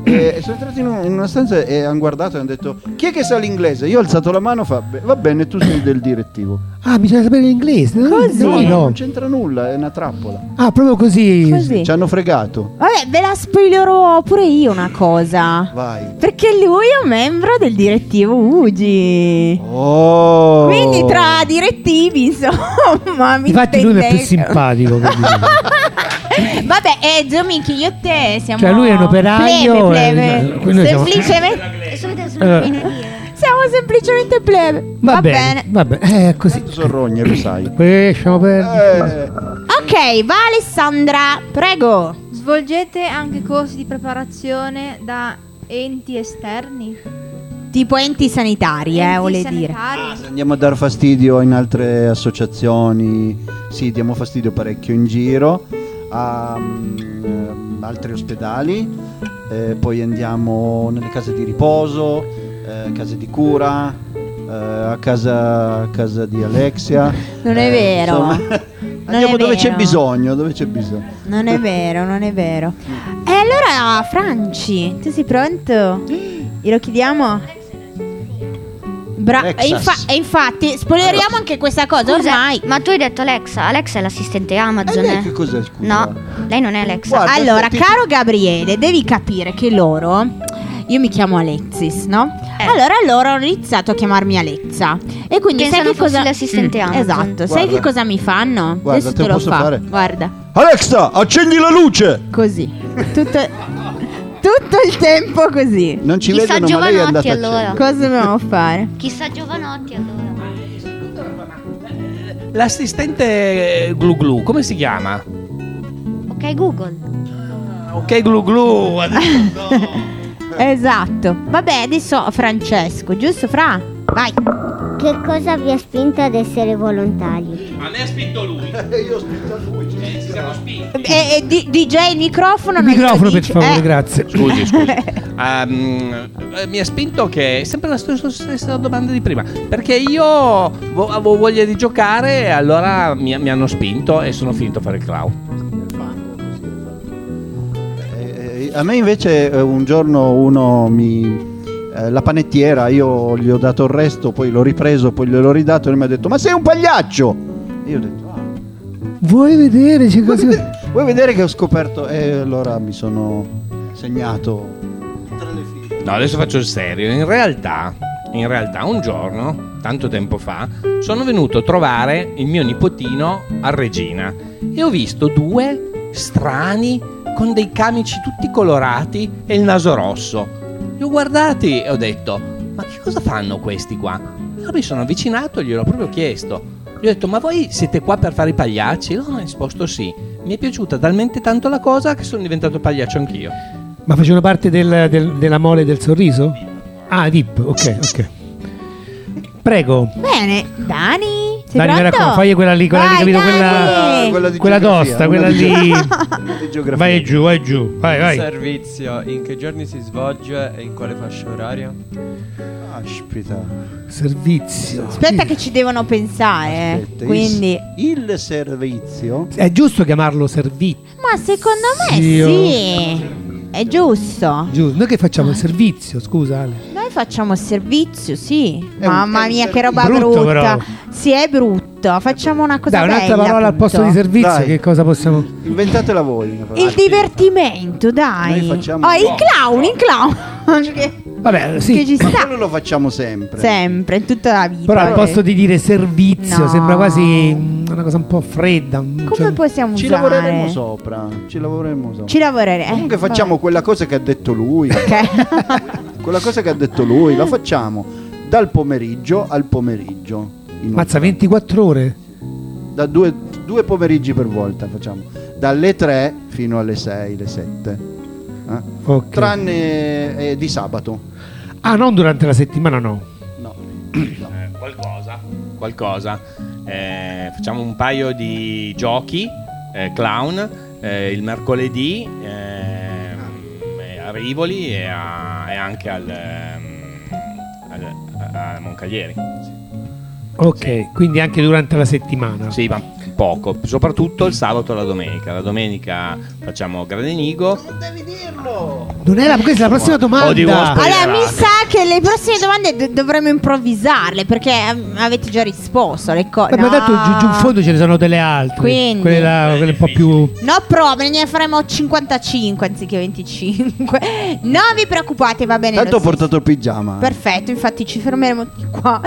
Speaker 1: E sono entrati in, un- in una stanza e hanno guardato e hanno detto chi è che sa l'inglese? Io ho alzato la mano, fa "Beh, va bene, tu sei del direttivo.
Speaker 2: Ah, bisogna sapere l'inglese. No, No,
Speaker 1: No,
Speaker 2: no.
Speaker 1: non c'entra nulla, è una trappola.
Speaker 2: Ah, proprio così.
Speaker 3: Così.
Speaker 1: Ci hanno fregato.
Speaker 3: Vabbè, ve la spoilerò pure io una cosa.
Speaker 1: Vai.
Speaker 3: Perché lui è un membro del direttivo UGI.
Speaker 1: Oh.
Speaker 3: Quindi tra direttivi, insomma, mi
Speaker 2: Infatti, lui è più
Speaker 3: intendete.
Speaker 2: simpatico. per dire.
Speaker 3: Vabbè, eh, Zio Miki, io e te siamo.
Speaker 2: Cioè, lui è un operaio,
Speaker 3: Plebe,
Speaker 2: eh,
Speaker 3: plebe.
Speaker 2: noi siamo-
Speaker 3: semplicemente.
Speaker 2: Eh,
Speaker 3: Siamo semplicemente plebe.
Speaker 2: va, bene, va bene. Eh, così.
Speaker 1: Sorrogne, lo sai.
Speaker 2: Eh, lasciamo perdere.
Speaker 1: Eh,
Speaker 3: Ok, va Alessandra, prego.
Speaker 5: Svolgete anche corsi di preparazione da enti esterni?
Speaker 3: Tipo enti sanitari, eh,
Speaker 5: Enti
Speaker 3: vuole dire.
Speaker 5: sanitari?
Speaker 1: andiamo a dar fastidio in altre associazioni. Sì, diamo fastidio parecchio in giro. A mm, altri ospedali. Eh, poi andiamo nelle case di riposo, eh, case di cura. eh, a casa, a casa di Alexia
Speaker 3: Non è
Speaker 1: Eh,
Speaker 3: vero.
Speaker 1: insomma, andiamo
Speaker 3: è
Speaker 1: dove c'è
Speaker 3: vero.
Speaker 1: bisogno dove c'è bisogno
Speaker 3: Non è vero, non è vero. E allora, Franci, tu sei pronto? Glielo chiediamo? Bra- e,
Speaker 1: Texas.
Speaker 3: infa- e infatti, spoileriamo anche questa cosa ormai.
Speaker 4: ma tu hai detto Alexa. Alexa è l'assistente
Speaker 1: E
Speaker 4: Amazon.
Speaker 1: lei
Speaker 4: eh.
Speaker 1: che cos'è scusa?
Speaker 4: No, lei non è Alexa.
Speaker 1: Guarda,
Speaker 3: Allora,
Speaker 1: senti-
Speaker 3: caro Gabriele, devi capire che loro. Io mi chiamo Alexis, no?
Speaker 4: Eh.
Speaker 3: Allora loro hanno iniziato a chiamarmi Alexa. E quindi
Speaker 4: Pensano
Speaker 3: sai che cosa.
Speaker 4: fossi l'assistente Amazon.
Speaker 3: Esatto, sai
Speaker 1: Guarda.
Speaker 3: che cosa mi fanno?
Speaker 1: Guarda,
Speaker 3: Adesso
Speaker 1: te
Speaker 3: te lo
Speaker 1: posso
Speaker 3: fa.
Speaker 1: fare?
Speaker 3: Guarda,
Speaker 1: Alexa accendi la luce
Speaker 3: così. Tutto, tutto il tempo così.
Speaker 1: Non ci
Speaker 4: Chissà
Speaker 1: vedono, ma lei è
Speaker 4: Giovanotti,
Speaker 1: andata a
Speaker 4: allora.
Speaker 1: accendere.
Speaker 3: Cosa dobbiamo fare?
Speaker 4: Chissà Giovanotti allora.
Speaker 6: L'assistente eh, Glu Glu, come si chiama?
Speaker 4: Ok Google.
Speaker 6: Ah, Ok Glu Glu,
Speaker 3: Esatto. Vabbè, adesso Francesco, giusto Fra? Vai.
Speaker 9: Che cosa vi ha spinto ad essere volontari?
Speaker 6: a me Ah, ha spinto lui. Eh,
Speaker 3: E, e di- DJ il microfono.
Speaker 2: Il
Speaker 3: non glielo
Speaker 2: microfono, per
Speaker 3: dici.
Speaker 2: favore,
Speaker 3: Eh,
Speaker 2: grazie.
Speaker 6: Scusi, scusi. Ehm, eh, mi ha spinto che è sempre la stessa, stessa domanda di prima. Perché io vo- avevo voglia di giocare e allora mi, mi hanno spinto e sono finito a fare il clown.
Speaker 1: Eh, eh, a me invece eh, un giorno uno mi... eh, la panettiera, io gli ho dato il resto, poi l'ho ripreso, poi gliel'ho ridato e lui mi ha detto ma sei un pagliaccio! E io ho detto "Ah,
Speaker 2: Vuoi vedere? C'è cosa-
Speaker 1: vuoi vedere che ho scoperto? E allora mi sono segnato tra le file.
Speaker 6: No, adesso faccio il serio. In realtà in realtà un giorno, tanto tempo fa, sono venuto a trovare il mio nipotino a Regina e ho visto due strani con dei camici tutti colorati e il naso rosso. Li ho guardati e ho detto, ma che cosa fanno questi qua? Allora mi sono avvicinato e gliel'ho proprio chiesto. Gli ho detto, ma voi siete qua per fare i pagliacci? Loro hanno risposto sì. Mi è piaciuta talmente tanto la cosa che sono diventato pagliaccio anch'io.
Speaker 2: Ma facevano parte del- del- della mole del sorriso? Ah, Dip, ok, ok. Prego,
Speaker 3: Bene, Dani, sei
Speaker 2: Dani, mi
Speaker 3: pronto?
Speaker 2: raccomando, fagli quella lì, quella lì,
Speaker 3: Vai,
Speaker 2: capito?
Speaker 3: Dani!
Speaker 2: Quella-
Speaker 1: di
Speaker 2: Ah, quella
Speaker 1: geografia,
Speaker 2: tosta,
Speaker 1: una
Speaker 2: quella
Speaker 1: di
Speaker 2: lì.
Speaker 1: geografia, una di geografia.
Speaker 2: Vai giù, vai giù, vai,
Speaker 8: Il
Speaker 2: vai.
Speaker 8: servizio in che giorni si svolge e in quale fascia oraria?
Speaker 1: Aspita.
Speaker 2: Servizio.
Speaker 3: Aspetta che ci devono
Speaker 2: Eh,
Speaker 3: pensare, eh.
Speaker 1: Aspetta,
Speaker 3: quindi...
Speaker 1: il, il servizio
Speaker 2: È giusto chiamarlo servizio.
Speaker 3: Ma secondo me
Speaker 2: Zio.
Speaker 3: sì, è giusto.
Speaker 2: Giusto, noi che facciamo il servizio, scusa Ale.
Speaker 3: Noi facciamo servizio, sì.
Speaker 1: È un- è
Speaker 3: Mamma
Speaker 1: un
Speaker 3: mia, che
Speaker 1: servizio.
Speaker 3: roba
Speaker 2: Brutto,
Speaker 3: brutta.
Speaker 2: però.
Speaker 3: Sì, è brutto. Facciamo una cosa
Speaker 2: Dai,
Speaker 3: bella.
Speaker 2: un'altra parola al posto di
Speaker 3: appunto.
Speaker 2: servizio,
Speaker 1: Dai.
Speaker 2: che cosa possiamo...
Speaker 1: inventatela voi. una parola.
Speaker 3: Il divertimento, dai.
Speaker 1: Noi facciamo-
Speaker 3: Oh, il clown, il clown. che,
Speaker 2: Vabbè,
Speaker 3: che
Speaker 2: sì,
Speaker 3: ci
Speaker 1: Ma
Speaker 3: sta
Speaker 1: quello lo facciamo sempre.
Speaker 3: sempre, in tutta la vita.
Speaker 2: però al posto di dire servizio
Speaker 3: No.
Speaker 2: sembra quasi mm, una cosa un po' fredda. mm,
Speaker 3: Come
Speaker 2: cioè-
Speaker 3: possiamo
Speaker 1: Ci
Speaker 3: usare?
Speaker 1: lavoreremo sopra. Ci lavoreremo sopra.
Speaker 3: Ci Eh, lavoreremo.
Speaker 1: Comunque facciamo quella cosa che ha detto lui. quella cosa che ha detto lui, la facciamo dal pomeriggio al pomeriggio. In-
Speaker 2: Mazza, 24 ore.
Speaker 1: Da due, due pomeriggi per volta facciamo. Dalle 3 fino alle 6, le 7. Eh?
Speaker 2: Ok.
Speaker 1: Tranne eh, di sabato.
Speaker 2: Ah, non durante la settimana, no.
Speaker 1: No.
Speaker 6: Eh, qualcosa, qualcosa. Eh, facciamo un paio di giochi, eh, clown, eh, il mercoledì ehm, eh, a Rivoli e, a- e anche al, ehm, al- a a Moncaglieri.
Speaker 2: Ok, quindi anche durante la settimana.
Speaker 6: Sì, ma poco, soprattutto il sabato e la domenica. La domenica facciamo Gradenigo.
Speaker 2: Non era, questa è la prossima domanda.
Speaker 6: Odio Wasp.
Speaker 3: Allora, mi
Speaker 6: Era-
Speaker 3: sa che le prossime domande do- dovremmo improvvisarle perché ehm, avete già risposto alle cose.
Speaker 2: Vabbè, Eh, ma tanto giù, giù in fondo ce ne sono delle altre.
Speaker 3: Quindi-
Speaker 2: Quelle, là, quelle un po' più.
Speaker 3: No problem, ne faremo 55 anziché 25. Non vi preoccupate, va bene.
Speaker 1: Tanto ho
Speaker 3: lo stesso.
Speaker 1: portato il pigiama.
Speaker 3: Perfetto, infatti ci fermeremo tutti qua.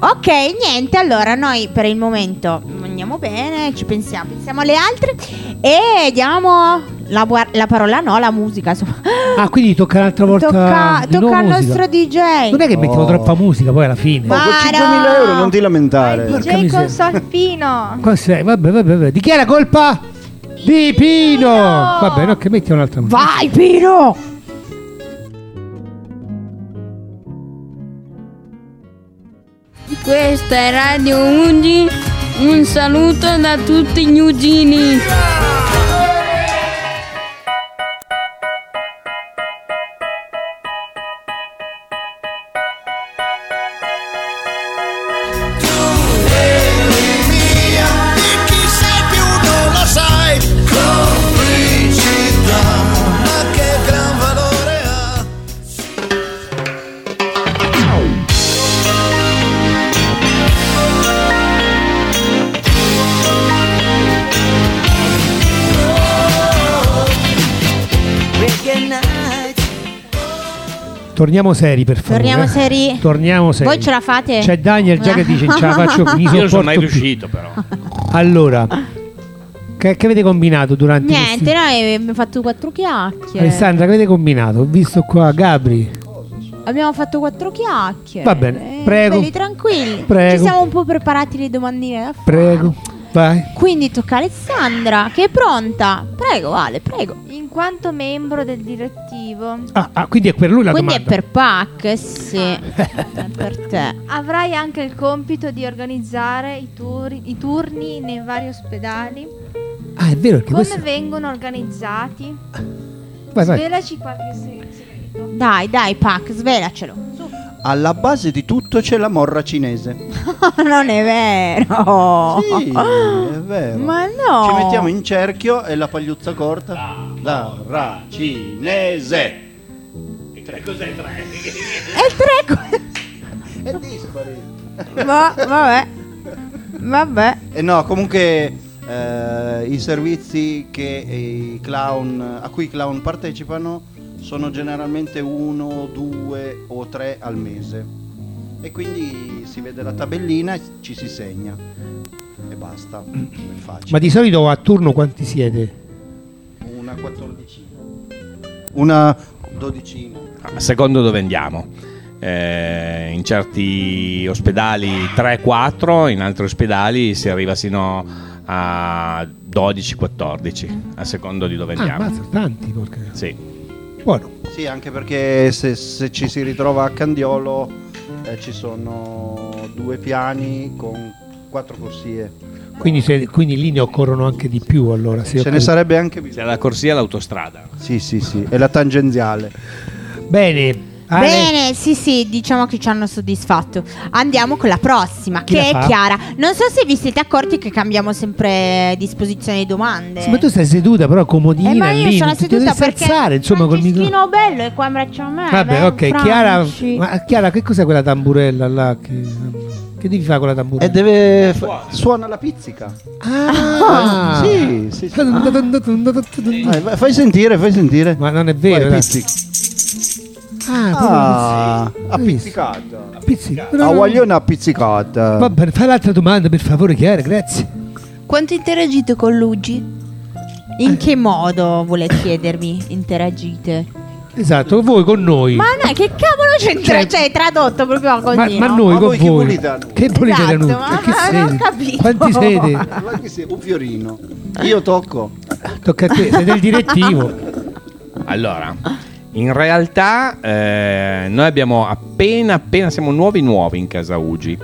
Speaker 3: Ok, niente, allora noi per il momento andiamo bene, ci pensiamo, pensiamo alle altre e diamo la, bua- la parola no, la musica, insomma.
Speaker 2: Ah, quindi tocca un'altra volta.
Speaker 3: tocca
Speaker 2: di nuovo
Speaker 3: tocca al
Speaker 2: musica.
Speaker 3: nostro DJ.
Speaker 2: Non è che mettiamo
Speaker 1: Oh.
Speaker 2: troppa musica poi alla fine.
Speaker 1: Oh,
Speaker 3: Ma-
Speaker 1: con 5.000 euro non ti lamentare.
Speaker 5: Vai,
Speaker 2: Porca
Speaker 5: DJ
Speaker 2: miseria.
Speaker 5: con Solfino.
Speaker 2: Qua sei- Vabbè, vabbè, vabbè. Di chi è la colpa? Di Pino! Vabbè, no, che mettiamo un'altra musica.
Speaker 3: Vai Pino!
Speaker 7: Questa è Radio Ungi, un saluto da tutti gli Ugini.
Speaker 10: chi sei più non lo sai. Complicità, ma che gran valore ha.
Speaker 2: Torniamo seri, per favore.
Speaker 3: Torniamo
Speaker 2: eh.
Speaker 3: seri.
Speaker 2: Torniamo seri.
Speaker 3: Voi ce la fate?
Speaker 2: C'è Daniel già che dice ce la faccio, mi
Speaker 6: Io non sono
Speaker 2: sopporto
Speaker 6: mai
Speaker 2: più".
Speaker 6: riuscito però.
Speaker 2: Allora, che, che avete combinato durante questi-
Speaker 3: Niente, noi abbiamo fatto quattro chiacchiere.
Speaker 2: Alessandra, che avete combinato? Ho visto qua Gabri.
Speaker 3: Abbiamo fatto quattro chiacchiere.
Speaker 2: Va bene,
Speaker 3: Eh,
Speaker 2: prego.
Speaker 3: Belli tranquilli.
Speaker 2: Prego.
Speaker 3: Ci siamo un po' preparati le domandine da fare.
Speaker 2: Prego, vai.
Speaker 3: Quindi tocca a Alessandra, che è pronta. Prego, Ale, prego.
Speaker 5: In quanto membro del direttivo,
Speaker 2: Ah, ah, quindi è per lui la
Speaker 3: Quindi è
Speaker 2: domanda. Ah.
Speaker 3: per Pac, eh, sì. è per te.
Speaker 5: avrai anche il compito di organizzare i, turi- i turni nei vari ospedali.
Speaker 2: Ah, è vero che
Speaker 5: Come
Speaker 2: questo...
Speaker 5: vengono organizzati?
Speaker 2: Vai, vai.
Speaker 5: Svelaci qualche se- segreto.
Speaker 3: Dai, dai, Pac, svelacelo.
Speaker 1: Alla base di tutto c'è la morra cinese.
Speaker 3: non è vero.
Speaker 1: Sì, è vero.
Speaker 3: Ma no.
Speaker 1: Ci mettiamo in cerchio e la pagliuzza corta. La morra cinese.
Speaker 3: E il tre.
Speaker 1: È dispari.
Speaker 3: Ma, vabbè. Vabbè.
Speaker 1: E no, comunque eh, i servizi che i clown, a cui i clown partecipano sono generalmente uno, due o tre al mese. e quindi si vede la tabellina e ci si segna e basta, è facile.
Speaker 2: Ma di solito a turno quanti siete?
Speaker 1: Una quattordicina. Una dodicina.
Speaker 6: A secondo dove andiamo. Eh, in certi ospedali 3-4, in altri ospedali si arriva sino a 12-14, a secondo di dove
Speaker 2: Ah,
Speaker 6: andiamo.
Speaker 2: mazza, tanti, porca.
Speaker 6: Sì.
Speaker 2: Buono.
Speaker 1: Sì, anche perché se, se ci si ritrova a Candiolo eh, ci sono due piani con quattro corsie.
Speaker 2: Quindi, se, quindi lì ne occorrono anche di più allora. se ho
Speaker 1: Ce ne
Speaker 2: capito.
Speaker 1: sarebbe anche bisogno.
Speaker 6: C'è la corsia e l'autostrada.
Speaker 1: Sì, sì, sì, è la tangenziale.
Speaker 2: Bene. Ale,
Speaker 3: Bene, sì, sì, diciamo che ci hanno soddisfatto. Andiamo con la prossima,
Speaker 2: Chi
Speaker 3: che
Speaker 2: la
Speaker 3: è
Speaker 2: fa?
Speaker 3: Chiara. Non so se vi siete accorti che cambiamo sempre disposizione di domande.
Speaker 2: sì, ma tu stai seduta però comodina
Speaker 3: Eh, ma io
Speaker 2: lì.
Speaker 3: sono
Speaker 2: non ti
Speaker 3: seduta
Speaker 2: devi
Speaker 3: perché
Speaker 2: alzare, insomma col microfono.
Speaker 3: Franceschino Bello è qua in braccio a me.
Speaker 2: Vabbè,
Speaker 3: beh,
Speaker 2: ok,
Speaker 3: eh, Franci.
Speaker 2: Chiara, ma Chiara, che cos'è quella tamburella là? Che, che devi fare con la
Speaker 1: E
Speaker 2: tamburella?
Speaker 1: deve. fa- Eh, suona la pizzica.
Speaker 2: Eh, Ah,
Speaker 1: Sì, sì, sì. Dai, vai- fai sentire, fai sentire.
Speaker 2: Ma non è vero,
Speaker 1: Ah. Vai,
Speaker 2: dai.
Speaker 1: pizzica.
Speaker 2: Ah,
Speaker 1: Ah,
Speaker 2: proprio
Speaker 1: ha
Speaker 2: così. Hai visto?
Speaker 1: pizzicato.
Speaker 2: Pizzi- no, no,
Speaker 1: A
Speaker 2: no.
Speaker 1: guaglione ha pizzicato.
Speaker 2: Va bene, fai l'altra domanda, per favore, Chiara, grazie.
Speaker 11: Quanto interagite con Luigi?
Speaker 3: In che modo volete chiedermi? Interagite.
Speaker 2: Esatto, voi con noi.
Speaker 3: Ma no, che cavolo c'entra?
Speaker 2: Cioè-
Speaker 3: Cioè, tradotto proprio così.
Speaker 2: Ma, ma
Speaker 3: no?
Speaker 2: noi
Speaker 1: Ma
Speaker 2: con
Speaker 1: voi chi
Speaker 2: voi.
Speaker 1: volete da noi?
Speaker 2: Che volete da
Speaker 3: Esatto,
Speaker 2: noi?
Speaker 3: ma-
Speaker 2: Che
Speaker 3: ma
Speaker 2: siete?
Speaker 3: non ho capito.
Speaker 2: Quanti siete?
Speaker 1: Guarda che sei un fiorino. Io tocco.
Speaker 2: Tocca a te, sei del direttivo.
Speaker 6: Allora, in realtà eh, noi abbiamo appena, appena siamo nuovi nuovi in casa Ugi.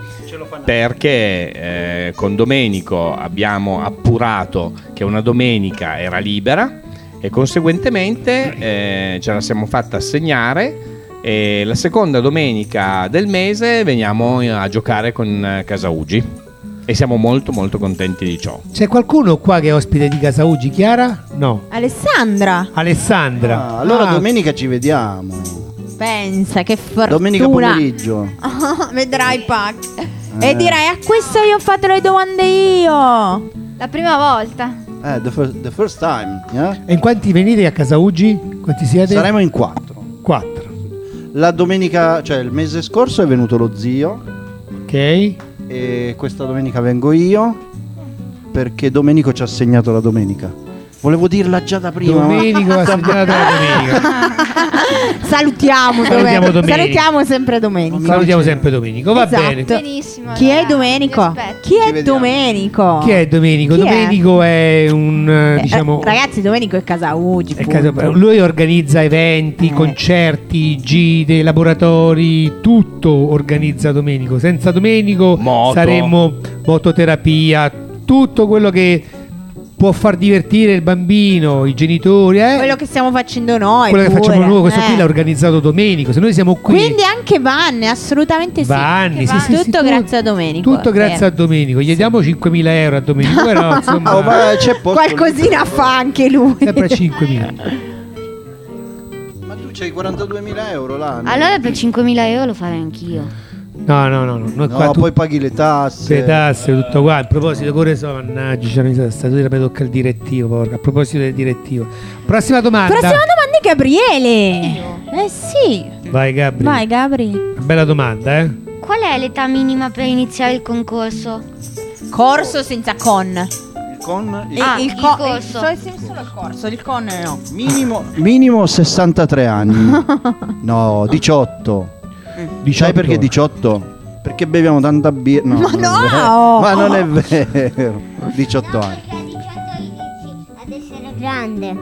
Speaker 6: Perché eh, con Domenico abbiamo appurato che una domenica era libera e conseguentemente eh, ce la siamo fatta assegnare e la seconda domenica del mese veniamo a giocare con eh, casa Ugi e siamo molto molto contenti di ciò.
Speaker 2: C'è qualcuno qua che è ospite di casa oggi, Chiara? No.
Speaker 3: Alessandra,
Speaker 2: Alessandra.
Speaker 1: Ah, allora
Speaker 2: Ah,
Speaker 1: domenica ci vediamo.
Speaker 3: pensa che fortuna.
Speaker 1: Domenica pomeriggio.
Speaker 11: Vedrai Pac.
Speaker 1: Eh.
Speaker 3: E direi a questo io ho fatto le domande io.
Speaker 5: La prima volta.
Speaker 1: Eh, the, fir- the first time. eh?
Speaker 2: E in quanti venite a casa oggi? Quanti siete?
Speaker 1: Saremo in quattro.
Speaker 2: quattro.
Speaker 1: La domenica, cioè il mese scorso è venuto lo zio
Speaker 2: Ok.
Speaker 1: e questa domenica vengo io perché Domenico ci ha segnato la domenica. Volevo dirla già da prima. ma-
Speaker 2: Domenico ha segnato la domenica.
Speaker 3: Salutiamo,
Speaker 2: Salutiamo
Speaker 3: Domenico.
Speaker 2: Domenico.
Speaker 3: Salutiamo sempre Domenico.
Speaker 2: Salutiamo sempre Domenico, va
Speaker 3: Esatto.
Speaker 2: bene.
Speaker 5: Benissimo.
Speaker 3: Chi è
Speaker 5: allora,
Speaker 3: Domenico?
Speaker 5: vi aspetto.
Speaker 3: Chi
Speaker 1: Ci
Speaker 3: è
Speaker 1: vediamo.
Speaker 3: Domenico?
Speaker 2: Chi è Domenico?
Speaker 3: Chi è?
Speaker 2: Domenico è, un eh,
Speaker 3: Eh,
Speaker 2: diciamo
Speaker 3: eh, ragazzi, Domenico è Casaugi.
Speaker 2: è
Speaker 3: punto.
Speaker 2: caso- lui organizza eventi,
Speaker 3: Eh.
Speaker 2: concerti, gite, laboratori, tutto organizza Domenico. Senza Domenico
Speaker 6: Moto.
Speaker 2: saremmo mototerapia, tutto quello che può far divertire il bambino, i genitori, eh?
Speaker 3: Quello che stiamo facendo noi.
Speaker 2: Quello che
Speaker 3: pure,
Speaker 2: facciamo noi, questo
Speaker 3: eh.
Speaker 2: qui l'ha organizzato Domenico. Se noi siamo qui
Speaker 3: Quindi anche Vanni, assolutamente sì.
Speaker 2: Vanni, sì, sì, sì,
Speaker 3: Tutto
Speaker 2: tu-
Speaker 3: grazie a Domenico.
Speaker 2: Tutto grazie a Domenico. Gli diamo 5.000 euro a Domenico, però insomma,
Speaker 1: Oh, ma c'è posto lì.
Speaker 3: Qualcosina fa anche lui.
Speaker 2: sempre 5.000.
Speaker 1: Ma tu c'hai 42.000 euro l'anno.
Speaker 4: Allora per 5.000 euro lo farei anch'io.
Speaker 2: No, no, no, no, noi
Speaker 1: No,
Speaker 2: qua
Speaker 1: poi
Speaker 2: tutte
Speaker 1: paghi le tasse.
Speaker 2: le tasse, tutto qua. A proposito, pure so, mannaggia, c'è una statura mi tocca il direttivo, porca. A proposito del direttivo. Prossima domanda.
Speaker 3: Prossima domanda è Gabriele. Eh sì.
Speaker 2: Vai Gabri.
Speaker 3: Vai Gabri.
Speaker 2: Bella domanda, eh?
Speaker 4: Qual è l'età minima per iniziare il concorso?
Speaker 3: Corso senza con.
Speaker 1: Il con il
Speaker 4: Ah,
Speaker 3: il,
Speaker 4: il
Speaker 3: co- il-
Speaker 4: corso.
Speaker 3: so- sì, solo il corso, il con no.
Speaker 1: minimo, minimo 63 anni. No, 18.
Speaker 2: 18.
Speaker 1: Sai perché 18? Perché beviamo tanta birra. No,
Speaker 3: Eh. Ma
Speaker 1: non è
Speaker 3: no!
Speaker 1: vero. Ma non è vero. 18 anni.
Speaker 9: perché a 18 inizi ad essere grande.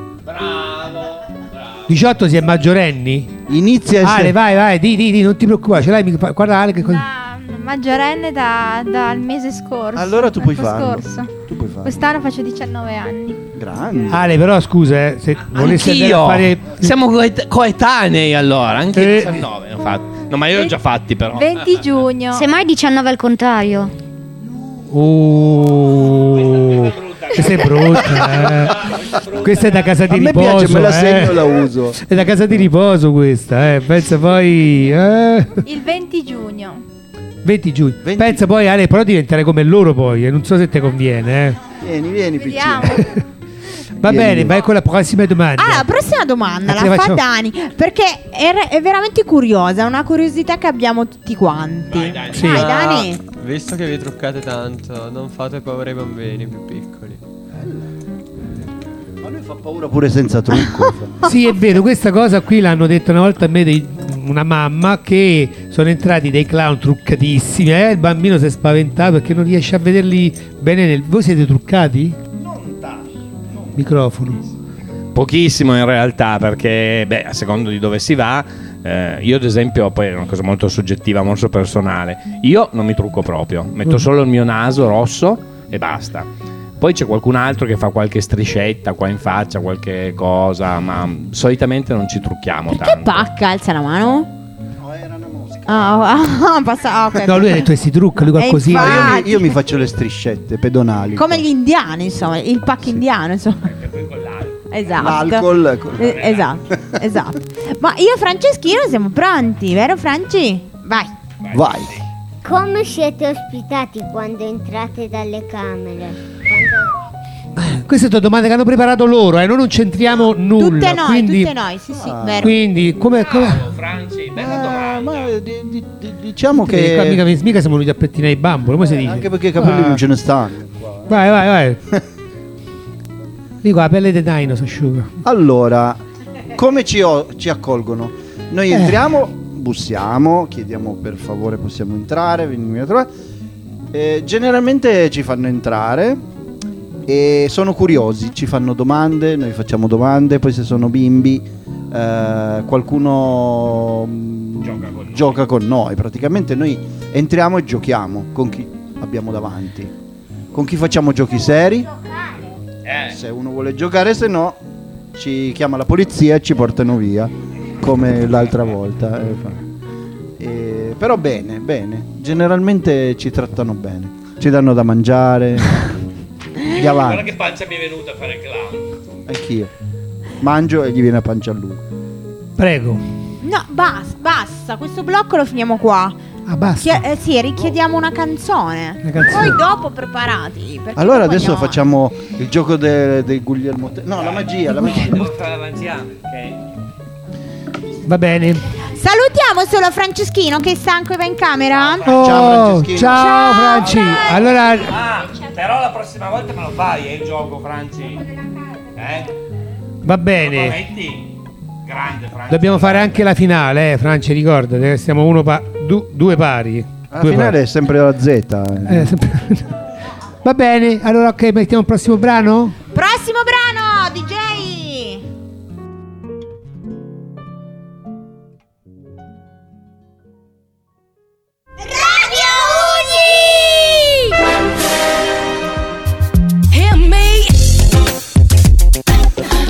Speaker 2: 18 si è maggiorenni?
Speaker 1: Inizia a essere-
Speaker 2: Ale, vai, vai, di, di, di, non ti preoccupare, ce l'hai, mi- guarda Ale che cosa...
Speaker 5: Da maggiorenne da- dal mese scorso.
Speaker 1: Allora tu puoi
Speaker 5: l'anno
Speaker 1: farlo.
Speaker 5: scorso.
Speaker 1: Tu puoi farlo.
Speaker 5: Quest'anno faccio 19 anni.
Speaker 1: Grande.
Speaker 2: Ale, però scusa, eh, se volessi andare a
Speaker 6: Anch'io.
Speaker 2: fare
Speaker 6: Siamo coet- coetanei allora, anche
Speaker 2: Eh.
Speaker 6: 19 ne ho fatti. No, ma io li ho già fatti però.
Speaker 5: 20 giugno.
Speaker 4: Semmai 19 al contrario.
Speaker 2: Oh, questa è brutta. eh. Questa è da casa di
Speaker 1: A me
Speaker 2: riposo.
Speaker 1: piace, me la
Speaker 2: eh.
Speaker 1: segno e la uso.
Speaker 2: È da casa di riposo questa, eh. Pensa poi. eh.
Speaker 5: Il 20 giugno.
Speaker 2: 20 giugno.
Speaker 1: 20.
Speaker 2: Pensa poi, Ale, però diventare come loro poi. eh. Non so se ti conviene, eh.
Speaker 1: Vieni, vieni, piccino.
Speaker 5: Vediamo.
Speaker 2: Va
Speaker 1: Vieni.
Speaker 2: bene, vai con la prossima domanda.
Speaker 3: Ah, la prossima domanda
Speaker 2: Eh, te
Speaker 3: la
Speaker 2: la
Speaker 3: fa
Speaker 2: facciamo-
Speaker 3: Dani, perché è, re- è veramente curiosa, è una curiosità che abbiamo tutti quanti.
Speaker 2: Sì. Ah.
Speaker 3: Vai,
Speaker 8: Ma,
Speaker 3: Dani.
Speaker 8: Ah, Visto che vi truccate tanto, non fate paura ai bambini più piccoli.
Speaker 1: Ma lui fa paura pure senza trucco.
Speaker 2: Sì, è vero, questa cosa qui l'hanno detta una volta a me dei- una mamma che sono entrati dei clown truccatissimi e il bambino si è spaventato perché non riesce a vederli bene. nel- Voi siete truccati? Microfono.
Speaker 6: Pochissimo in realtà, perché beh, a secondo di dove si va, eh, io ad esempio, poi è una cosa molto soggettiva, molto personale, io non mi trucco proprio, metto solo il mio naso rosso e basta. Poi c'è qualcun altro che fa qualche striscetta qua in faccia, qualche cosa, ma mm, solitamente non ci trucchiamo
Speaker 3: Che
Speaker 6: tanto.
Speaker 3: pacca, alza la mano. Ah, ah, ah, passa- ah, ok.
Speaker 2: No, lui ha detto che si trucca, lui
Speaker 3: Eh,
Speaker 2: qualcosina.
Speaker 3: infatti.
Speaker 1: Io mi- Io mi faccio le striscette pedonali.
Speaker 3: Come gli indiani, insomma, il pack indiano, insomma. Esatto.
Speaker 1: L'alcol, ecco.
Speaker 3: Eh, esatto, esatto. Ma io e Franceschino siamo pronti, vero Franci? Vai.
Speaker 1: Vai.
Speaker 9: Come siete ospitati quando entrate dalle camere? Quando-
Speaker 2: Queste sono domande che hanno preparato loro, eh, noi non c'entriamo nulla.
Speaker 3: Tutte noi,
Speaker 2: quindi, Ah.
Speaker 3: tutte noi, sì, sì, vero.
Speaker 2: Quindi, come. come...
Speaker 6: Franci,
Speaker 1: Ah, ma di- di- di- diciamo
Speaker 2: Che...
Speaker 1: che...
Speaker 2: ecco, Mica, mica siamo venuti a pettinare i bamboli, come si dice?
Speaker 1: Eh, Anche perché i capelli
Speaker 2: Ah.
Speaker 1: non ce ne stanno.
Speaker 2: Vai, vai, vai. Lì qua la pelle di Dino si asciuga.
Speaker 1: Allora, come ci, o- ci accolgono? Noi
Speaker 2: Eh.
Speaker 1: entriamo, bussiamo, chiediamo per favore possiamo entrare, venimi a trovare. Eh, generalmente ci fanno entrare e sono curiosi, ci fanno domande, noi facciamo domande, poi se sono bimbi eh, qualcuno mh, gioca con, noi, praticamente noi entriamo e giochiamo con chi abbiamo davanti, con chi facciamo giochi seri. Se uno vuole giocare, se no ci chiama la polizia e ci portano via come l'altra volta. eh, fa. Eh, però bene, bene. Generalmente ci trattano bene. Ci danno da mangiare. Gli avanti,
Speaker 6: che pancia mi è venuta a fare clown.
Speaker 1: anch'io. Mangio e gli viene a pancia a lui.
Speaker 2: Prego.
Speaker 3: No, basta, basta, questo blocco lo finiamo qua.
Speaker 2: Ah, basta.
Speaker 3: Chi- eh, sì, richiediamo una canzone.
Speaker 2: Una canzone.
Speaker 3: Poi dopo preparati. perché
Speaker 1: Allora
Speaker 3: dopo
Speaker 1: adesso
Speaker 3: andiamo
Speaker 1: facciamo il gioco de- del Guglielmo. Te- no, la magia, la magia.
Speaker 2: Va
Speaker 1: Eh,
Speaker 2: bene.
Speaker 3: avanti. Salutiamo solo Franceschino che è stanco e va in camera.
Speaker 2: Oh, ciao,
Speaker 6: Franceschino.
Speaker 2: ciao
Speaker 6: Ciao,
Speaker 2: Franci.
Speaker 6: Franci.
Speaker 2: Allora,
Speaker 6: Ah, però la prossima volta me lo fai, eh, il gioco, Franci. Eh?
Speaker 2: va bene.
Speaker 6: metti? Grande, Franci.
Speaker 2: Dobbiamo fare anche la finale, eh, Franci, ricordate che siamo uno pa- du- due pari.
Speaker 1: Alla
Speaker 2: Due
Speaker 1: finale è sempre la Z.
Speaker 2: pari. Eh, sempre- Va bene, allora ok, mettiamo il prossimo brano?
Speaker 3: Prossimo brano, DJ.
Speaker 7: Hear me.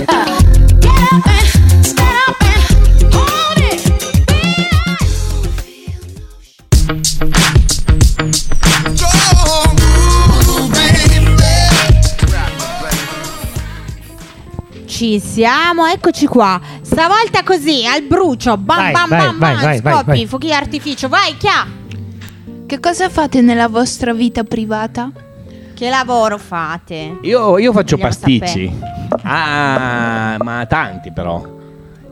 Speaker 7: Uh, Get up and stand up and hold it.
Speaker 3: Ci siamo, eccoci qua. Stavolta così, al brucio. Bam
Speaker 2: Vai,
Speaker 3: bam
Speaker 2: vai,
Speaker 3: bam
Speaker 2: vai,
Speaker 3: bam.
Speaker 2: vai, vai,
Speaker 3: scoppi,
Speaker 2: vai.
Speaker 3: fuochi d'artificio, vai, chia.
Speaker 11: Che cosa fate nella vostra vita privata?
Speaker 3: Che lavoro fate?
Speaker 6: Io, io faccio
Speaker 3: Vogliamo
Speaker 6: pasticci. Ah, ma tanti però.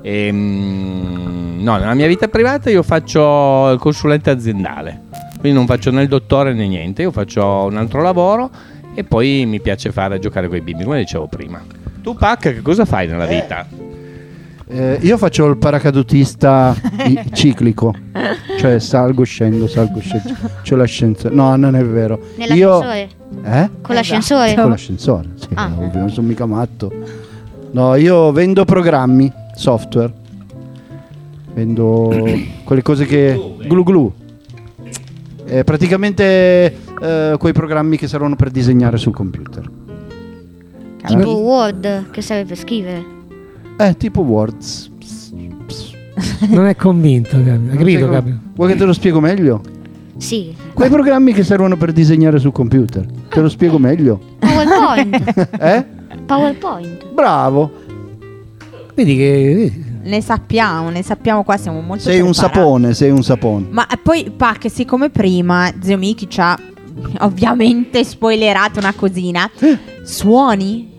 Speaker 6: Ehm, no, nella mia vita privata io faccio il consulente aziendale. Quindi non faccio né il dottore né niente, io faccio un altro lavoro e poi mi piace fare giocare con i bimbi, come dicevo prima. Tu Pac, che cosa fai nella vita?
Speaker 1: Eh, io faccio il paracadutista i- ciclico, cioè salgo, scendo, salgo, scendo. C'ho l'ascensore. No, non è vero. Io...
Speaker 4: Nell'ascensore.
Speaker 1: Eh?
Speaker 4: Con l'ascensore.
Speaker 1: Con l'ascensore, sì,
Speaker 4: Ah.
Speaker 1: ovvio, non sono mica matto. No, io vendo programmi, software. Vendo quelle cose che. Glu glu. Eh, praticamente eh, quei programmi che servono per disegnare sul computer.
Speaker 4: Tipo Word che serve per scrivere.
Speaker 1: Eh, tipo Words.
Speaker 2: Non è convinto, Gabriele. Grido, Gabriele.
Speaker 1: Vuoi che te lo spiego meglio?
Speaker 4: Sì.
Speaker 1: Quei programmi che servono per disegnare sul computer. Te lo spiego meglio.
Speaker 4: PowerPoint.
Speaker 1: Eh?
Speaker 4: PowerPoint.
Speaker 1: Bravo.
Speaker 2: Vedi che
Speaker 3: Ne sappiamo, ne sappiamo qua, siamo molto
Speaker 1: Sei un
Speaker 3: preparati.
Speaker 1: sapone, sei un sapone.
Speaker 3: Ma poi, Pac, siccome prima Zio Miki ci ha ovviamente spoilerato una cosina, suoni?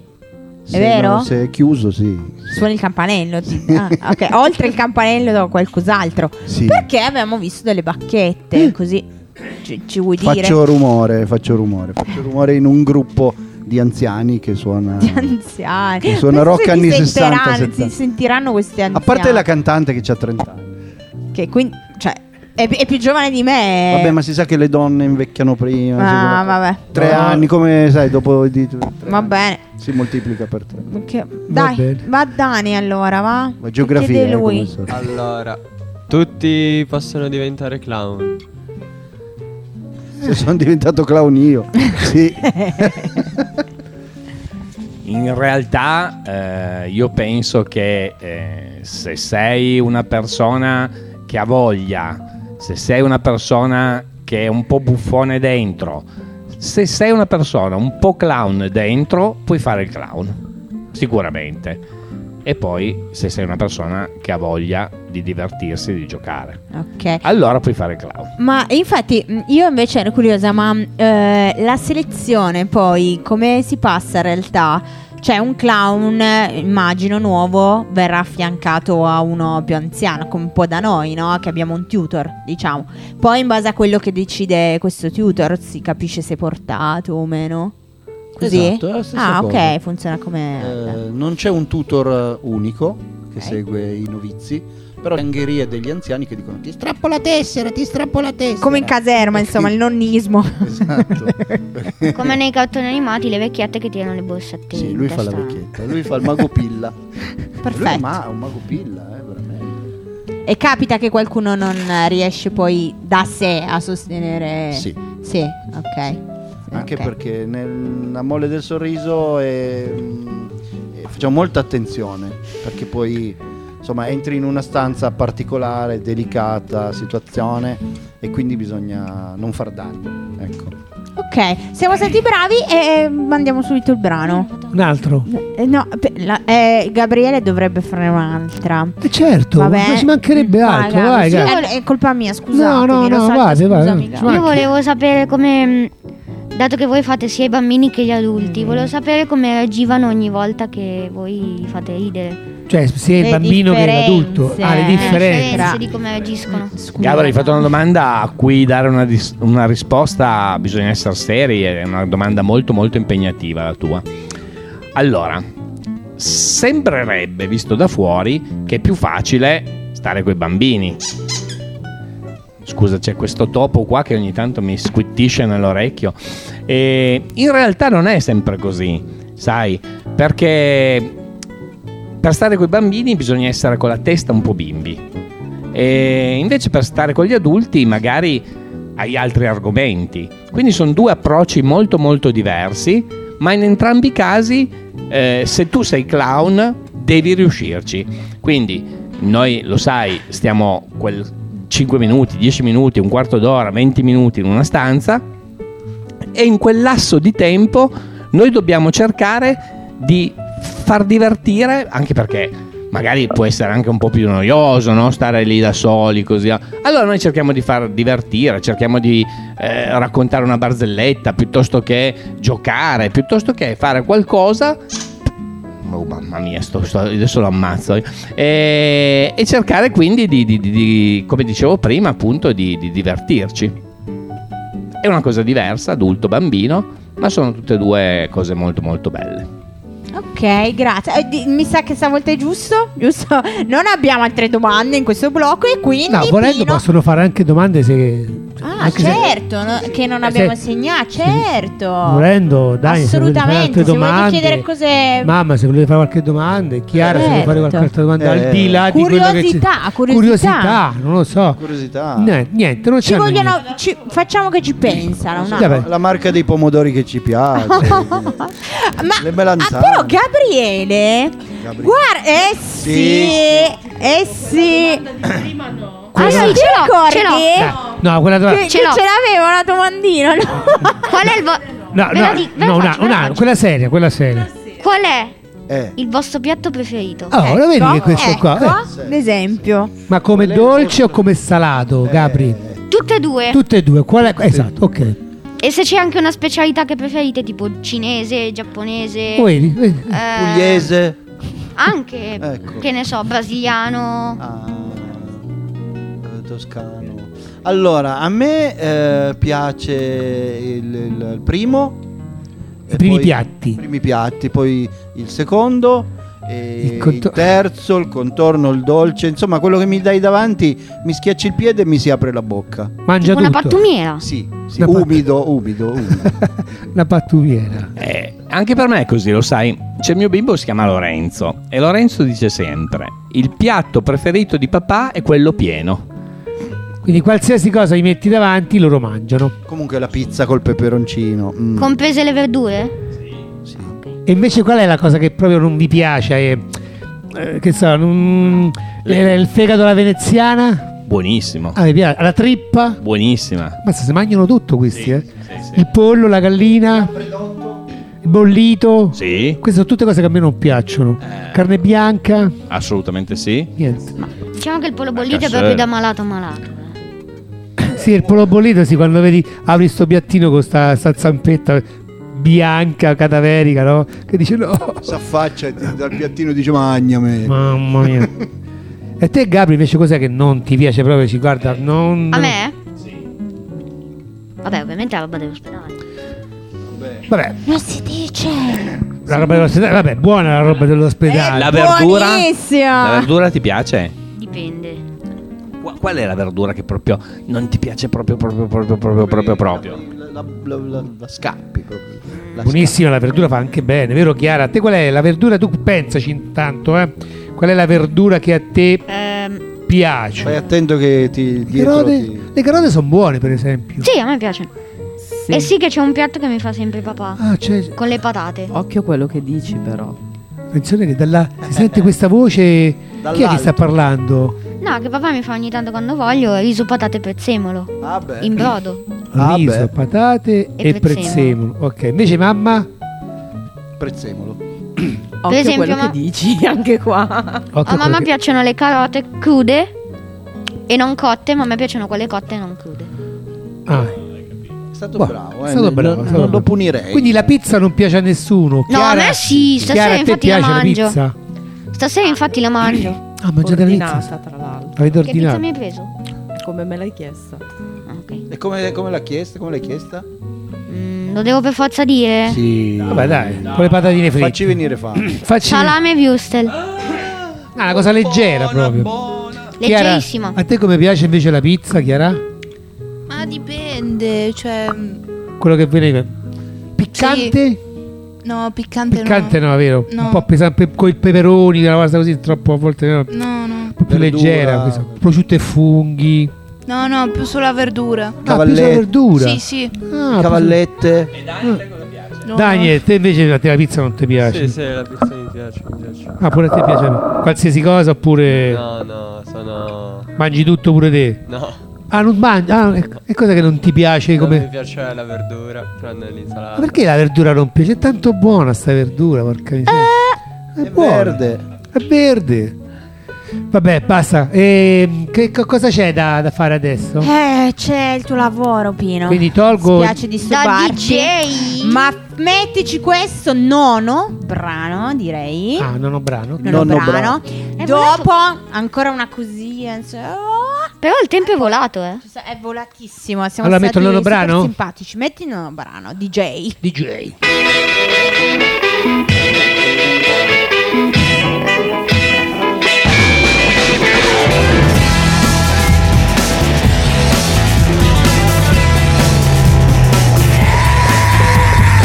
Speaker 3: È vero?
Speaker 1: no, se è chiuso, sì.
Speaker 3: Suoni il campanello. ti- ah, ok, oltre il campanello do qualcos'altro.
Speaker 1: Sì.
Speaker 3: Perché abbiamo visto delle bacchette così. Ci, ci vuoi dire?
Speaker 1: Eh. Faccio rumore, faccio rumore, faccio rumore in un gruppo di anziani che suona.
Speaker 3: Anziani.
Speaker 1: Che suona
Speaker 3: Penso
Speaker 1: rock
Speaker 3: che
Speaker 1: anni
Speaker 3: ti
Speaker 1: 60,
Speaker 3: sentiranno-
Speaker 1: 70.
Speaker 3: Si sentiranno questi
Speaker 1: A
Speaker 3: anziani.
Speaker 1: parte la cantante che ha 30 anni.
Speaker 3: Che quindi, cioè, è, pi- è più giovane di me.
Speaker 1: Vabbè, ma si sa che le donne invecchiano prima.
Speaker 3: Eh. Ah,
Speaker 1: si-
Speaker 3: vabbè.
Speaker 1: Tre
Speaker 3: No.
Speaker 1: anni, come sai, dopo di tre
Speaker 3: Va
Speaker 1: anni
Speaker 3: bene.
Speaker 1: si moltiplica per tre.
Speaker 3: Che- Dai,
Speaker 1: bene.
Speaker 3: va Dani allora, va.
Speaker 1: Ma geografia,
Speaker 3: Chiede
Speaker 1: eh,
Speaker 3: lui.
Speaker 1: come so.
Speaker 8: Allora, tutti possono diventare clown.
Speaker 1: Se Sono diventato clown io. Sì.
Speaker 6: In realtà eh, io penso che eh, se sei una persona che ha voglia, se sei una persona che è un po' buffone dentro, se sei una persona un po' clown dentro, puoi fare il clown, sicuramente. E poi se sei una persona che ha voglia di divertirsi e di giocare,
Speaker 3: Ok.
Speaker 6: allora puoi fare il clown.
Speaker 3: Ma infatti mh, io invece ero curiosa, ma mh, eh, la selezione poi come si passa in realtà? Cioè un clown, eh, immagino nuovo, verrà affiancato a uno più anziano, come un po' da noi, no? Che abbiamo un tutor, diciamo. Poi in base a quello che decide questo tutor si capisce se è portato o meno. Così?
Speaker 1: Esatto, è la stessa
Speaker 3: ah,
Speaker 1: cosa.
Speaker 3: ok, funziona come...
Speaker 1: Eh, non c'è un tutor eh, unico che segue i novizi, però angherie degli anziani che dicono ti strappo.
Speaker 3: la tessera, ti strappo la tessera. Come in caserma, insomma, il nonnismo.
Speaker 1: Esatto.
Speaker 4: Come nei cartoni animati, le vecchiette che tirano le borsette.
Speaker 1: Sì,
Speaker 4: in
Speaker 1: lui fa la
Speaker 4: testa.
Speaker 1: vecchietta, lui fa il mago pilla.
Speaker 3: Perfetto.
Speaker 1: Lui, ma è un mago pilla, eh, veramente.
Speaker 3: E capita che qualcuno non eh, riesce poi da sé a sostenere.
Speaker 4: Eh.
Speaker 1: Sì.
Speaker 3: Sì, ok.
Speaker 1: Anche
Speaker 3: Ok.
Speaker 1: perché nella mole del sorriso è, mm, è- facciamo molta attenzione, perché poi insomma entri in una stanza particolare, delicata, situazione e quindi bisogna non far danni. Ecco.
Speaker 3: Ok, siamo stati bravi e eh, mandiamo subito il brano.
Speaker 2: Un altro.
Speaker 3: Eh, no, pe- la- eh, Gabriele dovrebbe fare un'altra.
Speaker 2: Eh, certo,
Speaker 3: Vabbè.
Speaker 2: ma ci mancherebbe altro,
Speaker 3: Gabi,
Speaker 2: vai,
Speaker 3: sì,
Speaker 2: Gabi.
Speaker 3: eh, è colpa mia, scusate.
Speaker 2: No, no, no, vai, vai, vai.
Speaker 4: Io volevo sapere come. mh, Dato che voi fate sia i bambini che gli
Speaker 1: Mm.
Speaker 4: adulti, volevo sapere come reagivano ogni volta che voi li fate ridere.
Speaker 2: Cioè, sia
Speaker 4: Le
Speaker 2: il bambino che l'adulto.
Speaker 4: differenze.
Speaker 2: Ah, le
Speaker 4: Le differenze
Speaker 2: differenze.
Speaker 4: di come reagiscono.
Speaker 6: Gabri, hai fatto una domanda a cui dare una, dis- una risposta bisogna essere seri, è una domanda molto molto impegnativa la tua. Allora, sembrerebbe, visto da fuori, che è più facile stare coi bambini. Scusa, c'è questo topo qua che ogni tanto mi squittisce nell'orecchio. E in realtà non è sempre così, sai, perché per stare con i bambini bisogna essere con la testa un po' bimbi. E invece per stare con gli adulti magari hai altri argomenti. Quindi sono due approcci molto molto diversi, ma in entrambi i casi eh, se tu sei clown devi riuscirci. Quindi noi lo sai, stiamo quel 5 minuti, 10 minuti, un quarto d'ora, 20 minuti in una stanza e in quel lasso di tempo noi dobbiamo cercare di far divertire, anche perché magari può essere anche un po' più noioso no? stare lì da soli così. Allora noi cerchiamo di far divertire, cerchiamo di eh, raccontare una barzelletta piuttosto che giocare, piuttosto che fare qualcosa. Oh, mamma mia, sto- sto- adesso lo ammazzo. E, e cercare quindi di, di- di- di- come dicevo prima, appunto, di- di divertirci. È una cosa diversa, adulto, bambino, ma sono tutte e due cose molto molto belle.
Speaker 3: Ok, grazie. Eh, di- mi sa che stavolta è giusto, giusto? Non abbiamo altre domande in questo blocco e quindi
Speaker 2: No, volendo
Speaker 3: Pino-
Speaker 2: possono fare anche domande se.
Speaker 3: Ah,
Speaker 2: anche se- Eh,
Speaker 3: certo, no- che non
Speaker 2: se-
Speaker 3: abbiamo segnato, certo.
Speaker 2: Volendo, dai, se volete fare
Speaker 3: Assolutamente,
Speaker 2: altre
Speaker 3: se volete
Speaker 2: domande.
Speaker 3: chiedere cose
Speaker 2: Mamma, se volete fare qualche domanda, e Chiara, se vuole fare
Speaker 3: Certo.
Speaker 2: qualche altra domanda,
Speaker 1: Eh.
Speaker 2: al di là di quello che c'è.
Speaker 3: Curiosità, curiosità.
Speaker 2: Curiosità, non lo so.
Speaker 1: Curiosità.
Speaker 2: Ne- niente, non
Speaker 3: ci
Speaker 2: c'è niente.
Speaker 3: vogliono, ci- facciamo che ci pensano. no?
Speaker 1: La- La marca dei pomodori che ci piace. le melanzane.
Speaker 3: ah, Però Gabriele, guarda, eh sì, eh sì. Ah,
Speaker 2: Quella-
Speaker 3: sì, ce l'ho,
Speaker 4: ce l'ho.
Speaker 2: No, quella
Speaker 3: Eh? Che,
Speaker 2: domanda.
Speaker 3: ce,
Speaker 4: l'ho.
Speaker 3: ce l'aveva una domandina, no?
Speaker 4: Qual è il vo-
Speaker 2: No,
Speaker 4: Ve la di- ve la
Speaker 2: no, no, una,
Speaker 4: faccio, ve la
Speaker 2: una-
Speaker 4: faccio.
Speaker 2: quella seria, quella seria.
Speaker 4: Qual è
Speaker 1: Eh.
Speaker 4: il vostro piatto preferito?
Speaker 2: Oh, lo vedi che questo qua.
Speaker 3: Ecco,
Speaker 2: eh.
Speaker 3: l'esempio.
Speaker 2: Ma come
Speaker 1: Eh.
Speaker 2: dolce o come salato, Oh, Gabri?
Speaker 4: Tutte e due.
Speaker 2: Tutte e due, qual è? Esatto, ok.
Speaker 4: E se c'è anche una specialità che preferite, tipo cinese, giapponese,
Speaker 2: Vedi, vedi.
Speaker 4: eh,
Speaker 1: Pugliese.
Speaker 4: anche
Speaker 1: Ecco. Ah,
Speaker 4: che ne so, brasiliano.
Speaker 1: eh, toscano. Allora, a me eh, piace il, il- il primo.
Speaker 2: I primi
Speaker 1: poi-
Speaker 2: piatti.
Speaker 1: I primi piatti, poi il secondo. e
Speaker 2: Il contor-
Speaker 1: il terzo, il contorno, il dolce, insomma, quello che mi dai davanti mi schiacci il piede e mi si apre la bocca.
Speaker 2: Mangia
Speaker 4: tipo una
Speaker 2: tutto.
Speaker 4: pattumiera.
Speaker 1: Sì, sì,
Speaker 2: Una pat-
Speaker 1: umido, umido, umido.
Speaker 2: Una pattumiera.
Speaker 6: Eh, anche per me è così, lo sai. C'è il mio bimbo, si chiama Lorenzo. E Lorenzo dice sempre: Il piatto preferito di papà è quello pieno.
Speaker 2: Quindi qualsiasi cosa gli metti davanti, loro mangiano.
Speaker 1: Comunque la pizza col peperoncino. mm,
Speaker 4: Comprese le verdure?
Speaker 1: sì.
Speaker 2: E invece qual è la cosa che proprio non vi piace? Eh, eh, che so, non- eh, il fegato alla veneziana?
Speaker 6: Buonissimo,
Speaker 2: Ah, vi piace? La trippa?
Speaker 6: buonissima.
Speaker 2: Ma se si mangiano tutto questi, eh?
Speaker 6: sì,
Speaker 2: Il pollo, la gallina, il bollito.
Speaker 6: Sì,
Speaker 2: Queste sono tutte cose che a me non piacciono.
Speaker 6: Eh.
Speaker 2: Carne bianca,
Speaker 6: assolutamente sì.
Speaker 2: niente.
Speaker 4: Diciamo che il pollo bollito è
Speaker 6: cassera.
Speaker 4: proprio da malato a malato.
Speaker 2: Sì, il pollo bollito, sì, quando vedi apri sto piattino con sta, sta zampetta bianca, cadaverica, no? Che dice no.
Speaker 1: S'affaccia e ti- dal piattino dice magname.
Speaker 2: Mamma mia. E te Gabri invece cos'è che non ti piace proprio? Ci guarda, non...
Speaker 4: A me? Sì. Vabbè, ovviamente la roba dell'ospedale.
Speaker 2: Vabbè,
Speaker 3: Non si dice.
Speaker 2: la roba dell'ospedale, vabbè, buona la roba dell'ospedale.
Speaker 4: Eh,
Speaker 6: La verdura? La
Speaker 3: Buonissima.
Speaker 6: verdura ti piace?
Speaker 4: Dipende.
Speaker 6: Qua- Qual è la verdura che proprio non ti piace proprio, proprio, proprio, proprio, proprio, proprio?
Speaker 1: La, la- la- la- la scappi proprio. La
Speaker 2: Buonissima, la verdura fa anche bene, vero Chiara? A te qual è la verdura? Tu pensaci intanto, eh? Qual è la verdura che a te
Speaker 4: Ehm,
Speaker 1: scappi. Fai
Speaker 2: piace?
Speaker 1: attento che ti
Speaker 2: Le
Speaker 1: dietro
Speaker 2: carote,
Speaker 1: ti-
Speaker 2: le carote sono buone, per esempio.
Speaker 4: sì, a me piace. E sì che c'è un piatto che mi fa sempre papà.
Speaker 2: Ah, c'è.
Speaker 4: Con le patate.
Speaker 3: Oh.
Speaker 12: Occhio a quello che dici però.
Speaker 2: Attenzione che dalla, si sente questa voce. Chi è che
Speaker 1: Dall'alto.
Speaker 2: sta parlando?
Speaker 4: No, che papà mi fa ogni tanto quando voglio riso, patate e prezzemolo.
Speaker 1: Ah, beh.
Speaker 4: In brodo.
Speaker 1: Ah,
Speaker 2: Riso,
Speaker 1: beh.
Speaker 2: patate e,
Speaker 4: E
Speaker 2: prezzemolo. Ok, invece mamma,
Speaker 1: Prezzemolo.
Speaker 12: Occhio
Speaker 4: esempio,
Speaker 12: a quello
Speaker 4: ma-
Speaker 12: che dici anche qua.
Speaker 2: occhio
Speaker 4: A Ah, mamma
Speaker 2: perché-
Speaker 4: piacciono le carote crude e non cotte, ma a me piacciono quelle cotte e non crude.
Speaker 2: Ah,
Speaker 1: È stato
Speaker 2: Buono,
Speaker 1: bravo,
Speaker 2: è
Speaker 1: eh.
Speaker 2: stato
Speaker 1: Non-
Speaker 2: bravo, è
Speaker 1: non
Speaker 2: stato
Speaker 1: lo
Speaker 2: bravo.
Speaker 1: punirei.
Speaker 2: Quindi la pizza non piace a nessuno.
Speaker 4: No, a me sì, stasera
Speaker 2: Chiara, a te
Speaker 4: infatti la
Speaker 2: piace la
Speaker 4: mangio.
Speaker 2: pizza?
Speaker 4: Stasera infatti la mangio.
Speaker 2: Ah, mangiate la pizza?
Speaker 12: Ordinata, tra l'altro.
Speaker 2: Avete
Speaker 4: Che pizza
Speaker 2: ordinato?
Speaker 4: mi hai preso?
Speaker 12: Come me l'hai chiesta.
Speaker 4: Ah, ok.
Speaker 1: E come, come l'ha chiesta? Come l'hai chiesta?
Speaker 4: Mm, lo devo per forza dire.
Speaker 1: Sì.
Speaker 2: Vabbè, dai, con le patatine fritte.
Speaker 1: Facci venire fame.
Speaker 2: Facci-
Speaker 4: Salame e würstel.
Speaker 2: Ah, una cosa leggera proprio. Chiara,
Speaker 4: Leggerissima.
Speaker 1: Ah.
Speaker 2: a te come piace invece la pizza, Chiara?
Speaker 11: Ma dipende, cioè...
Speaker 2: Quello che veniva. Piccante?
Speaker 11: No, piccante,
Speaker 2: Piccante no, vero?
Speaker 11: No.
Speaker 2: Un po' pesante con i peperoni, una cosa così, troppo a volte no, un
Speaker 11: No, no.
Speaker 2: po' più
Speaker 1: Verdura.
Speaker 2: leggera. questa. Prosciutto e funghi.
Speaker 11: No, no, più sulla verdura.
Speaker 2: Ah, più sulla
Speaker 1: Cavalle-
Speaker 2: verdura.
Speaker 11: Sì, sì.
Speaker 2: Ah,
Speaker 1: Cavallette.
Speaker 11: No,
Speaker 2: più- Daniel, te invece a te la pizza non ti piace.
Speaker 8: Sì, sì, la pizza mi piace, mi piace.
Speaker 2: Ah, pure a te piace qualsiasi cosa oppure
Speaker 8: No, no, sono...
Speaker 2: mangi tutto pure te.
Speaker 8: No,
Speaker 2: Ah, non mangi. Ah, e e cosa che non ti piace
Speaker 8: non mi
Speaker 2: come
Speaker 8: piace la verdura, tranne l'insalata.
Speaker 2: Ma perché la verdura non piace? È tanto buona sta verdura, porca miseria.
Speaker 3: Eh,
Speaker 1: Eh, È
Speaker 2: buona.
Speaker 1: verde.
Speaker 2: È verde. Vabbè, basta. Ehm, che co- cosa c'è da, da fare adesso?
Speaker 3: Eh, c'è il tuo lavoro, Pino.
Speaker 2: Quindi tolgo-
Speaker 3: Mi piace
Speaker 4: Da
Speaker 3: disturbarci.
Speaker 4: DJ.
Speaker 3: Ma mettici questo nono brano, direi.
Speaker 2: Ah, non ho brano.
Speaker 3: Nono
Speaker 1: Nonno
Speaker 3: brano.
Speaker 1: brano.
Speaker 3: Dopo ancora una cosina. insomma, oh,
Speaker 4: Però il tempo è volato, eh.
Speaker 3: ci sa- è volatissimo. Siamo
Speaker 2: Allora,
Speaker 3: stati
Speaker 2: metto il nono
Speaker 3: super
Speaker 2: brano?
Speaker 3: simpatici. Metti il nono brano, DJ.
Speaker 2: DJ.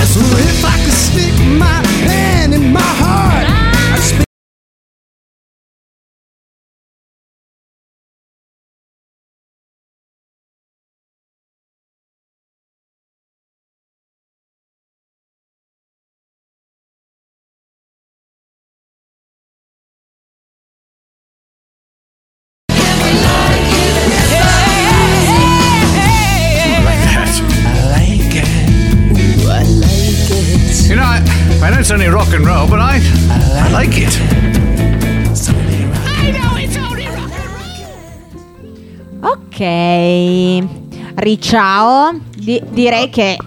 Speaker 10: So if I could stick my hand in my heart, I'd speak
Speaker 13: You know, I, I know it's only rock and roll, but I, I like it.
Speaker 3: Ok. Ricciao, di- direi che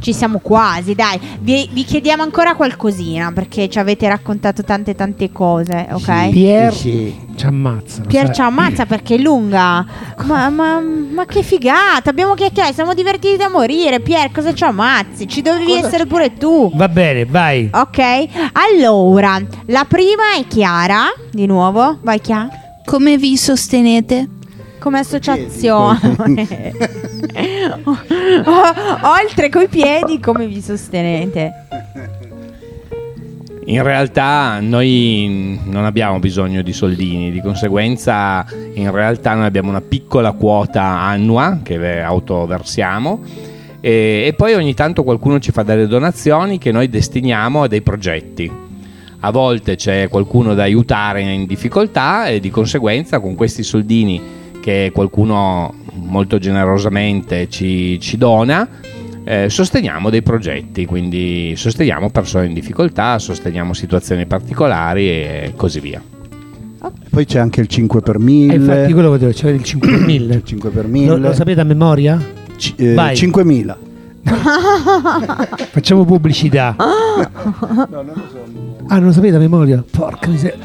Speaker 3: ci siamo quasi, dai. Vi, vi chiediamo ancora qualcosina perché ci avete raccontato tante tante cose, ok?
Speaker 2: Pier ci ammazza. lo
Speaker 3: Pier
Speaker 2: sai.
Speaker 3: ci ammazza perché è lunga. Ma, ma- ma che figata! Abbiamo chiacchierato, siamo divertiti da morire. Pier, cosa ci ammazzi? Ci dovevi essere pure tu.
Speaker 2: Va bene, vai.
Speaker 3: Ok, allora, la prima è Chiara, di nuovo, vai Chiara.
Speaker 11: Come vi sostenete?
Speaker 3: Come associazione. O- Oltre coi piedi, come vi sostenete?
Speaker 6: In realtà noi non abbiamo bisogno di soldini, di conseguenza in realtà noi abbiamo una piccola quota annua che ve- autoversiamo e, e poi ogni tanto qualcuno ci fa delle donazioni che noi destiniamo a dei progetti. A volte c'è qualcuno da aiutare in difficoltà e di conseguenza con questi soldini che qualcuno molto generosamente ci, ci dona eh, sosteniamo dei progetti, quindi sosteniamo persone in difficoltà, sosteniamo situazioni particolari e così via.
Speaker 1: Poi c'è anche il 5 per
Speaker 2: E
Speaker 1: 1000.
Speaker 2: Eh, infatti quello che devo c'era il 5000.
Speaker 1: 5 per
Speaker 2: Lo,
Speaker 1: 1000.
Speaker 2: lo sapete a memoria?
Speaker 1: C- eh,
Speaker 2: Vai.
Speaker 1: 5000.
Speaker 2: Facciamo pubblicità. Ah, non lo sapete a memoria? Porca miseria.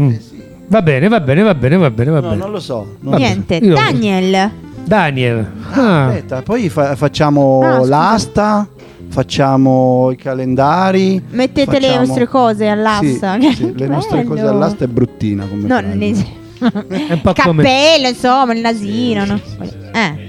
Speaker 2: Mm. Va bene, va bene, va bene, va bene, va
Speaker 1: No,
Speaker 2: bene.
Speaker 1: non lo so. non
Speaker 2: Va
Speaker 1: lo so.
Speaker 3: Niente,
Speaker 2: Io-
Speaker 3: Daniel.
Speaker 2: Daniel. Ah,
Speaker 1: Aspetta, poi fa- facciamo
Speaker 3: Ah, scusa.
Speaker 1: l'asta, facciamo i calendari.
Speaker 3: Mettete le
Speaker 1: facciamo-
Speaker 3: vostre cose all'asta.
Speaker 1: Sì, sì, le nostre
Speaker 3: Bello.
Speaker 1: cose all'asta è bruttina come Eh,
Speaker 3: No,
Speaker 1: frase.
Speaker 3: ne-
Speaker 2: un po' come-
Speaker 3: cappello, insomma, il nasino. no? Eh,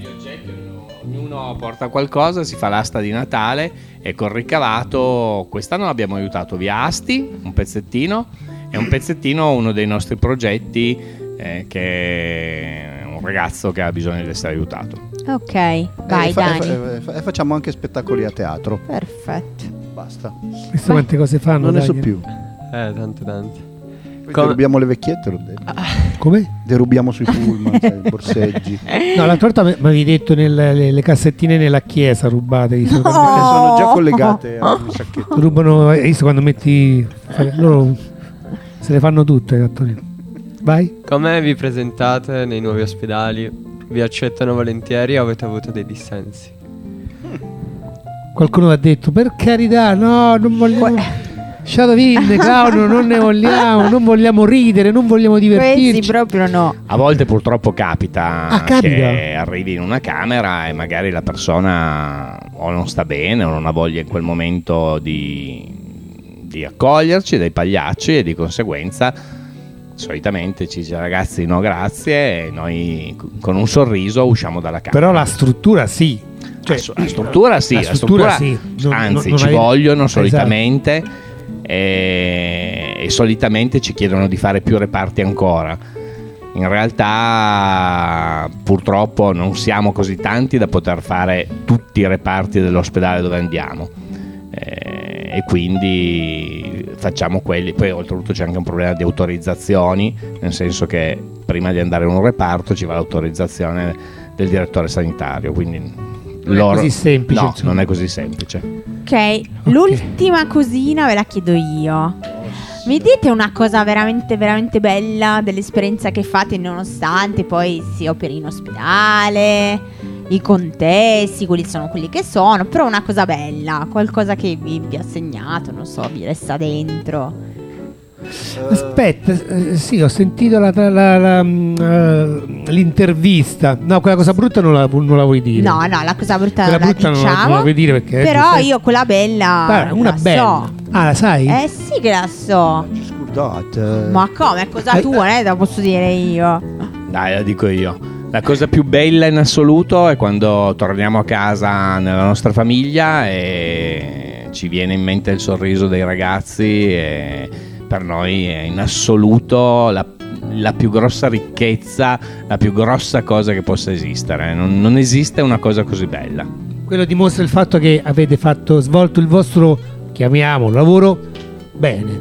Speaker 6: Ognuno porta qualcosa, si fa l'asta di Natale e col ricavato quest'anno abbiamo aiutato via Asti un pezzettino e un pezzettino uno dei nostri progetti eh, che è un ragazzo che ha bisogno di essere aiutato.
Speaker 3: ok, vai
Speaker 1: e, Eh, fa-
Speaker 3: Dani.
Speaker 1: e fa- e facciamo anche spettacoli a teatro.
Speaker 3: Perfetto.
Speaker 1: Basta.
Speaker 2: queste quante cose fanno?
Speaker 1: non ne so
Speaker 2: Daniel?
Speaker 1: più.
Speaker 8: Eh, tante, tante.
Speaker 1: Poi
Speaker 8: Come-
Speaker 1: Derubiamo le vecchiette, l'ho detto.
Speaker 2: Come?
Speaker 1: Derubiamo sui pullman, sai, i borseggi.
Speaker 3: Oh!
Speaker 2: No, l'altra volta mi mi avevi detto nelle le, le cassettine nella chiesa rubate. hai visto?
Speaker 1: Quelle sono già collegate a un sacchetto.
Speaker 2: Rubano, hai visto quando metti... fai- Loro se le fanno tutte, Antonino. Vai.
Speaker 8: Come vi presentate nei nuovi ospedali? Vi accettano volentieri o avete avuto dei dissensi?
Speaker 2: Qualcuno ha detto, per carità, no, non vogliamo... Shadow in, Claudio, non ne vogliamo, non vogliamo ridere, non vogliamo
Speaker 3: Questi
Speaker 2: divertirci.
Speaker 3: proprio no.
Speaker 6: A volte purtroppo capita,
Speaker 2: Ah, capita.
Speaker 6: che arrivi in una camera e magari la persona o non sta bene o non ha voglia in quel momento di, di accoglierci dai pagliacci e di conseguenza solitamente ci dice ragazzi no grazie e noi con un sorriso usciamo dalla camera.
Speaker 2: Però la struttura sì. Cioè,
Speaker 6: La su- la struttura sì,
Speaker 2: la
Speaker 6: la
Speaker 2: struttura
Speaker 6: struttura,
Speaker 2: sì. Non-
Speaker 6: anzi
Speaker 2: non- non
Speaker 6: ci
Speaker 2: hai-
Speaker 6: vogliono
Speaker 2: Esatto.
Speaker 6: solitamente e, e solitamente ci chiedono di fare più reparti ancora. In realtà purtroppo non siamo così tanti da poter fare tutti i reparti dell'ospedale dove andiamo Eh, e quindi facciamo quelli. Poi oltretutto c'è anche un problema di autorizzazioni, nel senso che prima di andare in un reparto ci va l'autorizzazione del direttore sanitario, quindi
Speaker 2: Non è così semplice,
Speaker 6: No,
Speaker 2: insomma.
Speaker 6: non è così semplice.
Speaker 3: Ok, l'ultima cosina ve la chiedo io. Mi dite una cosa veramente, veramente bella dell'esperienza che fate nonostante poi si operi in ospedale, i contesti, quelli sono quelli che sono, però una cosa bella, qualcosa che vi, vi ha segnato, non so, vi resta dentro.
Speaker 2: Aspetta, eh, sì, ho sentito la- la- la- mm, eh, l'intervista. No, quella cosa brutta non la, non la vuoi dire.
Speaker 3: No, no, la cosa brutta
Speaker 2: Quella
Speaker 3: non la
Speaker 2: brutta non la-
Speaker 3: diciamo.
Speaker 2: non la vuoi dire perché è
Speaker 3: Però
Speaker 2: giusto.
Speaker 3: io quella bella...
Speaker 2: Guarda, una
Speaker 3: la
Speaker 2: bella.
Speaker 3: So.
Speaker 2: Ah, la sai?
Speaker 3: Eh sì che la so.
Speaker 1: Scusate.
Speaker 3: Ma come? È cosa
Speaker 2: Eh,
Speaker 3: tua, non è che la posso dire io.
Speaker 6: Dai, la dico io. La cosa più bella in assoluto è quando torniamo a casa nella nostra famiglia e ci viene in mente il sorriso dei ragazzi e per noi è in assoluto la, la più grossa ricchezza, la più grossa cosa che possa esistere. Non, non esiste una cosa così bella.
Speaker 2: Quello dimostra il fatto che avete fatto, svolto il vostro, chiamiamolo, lavoro bene.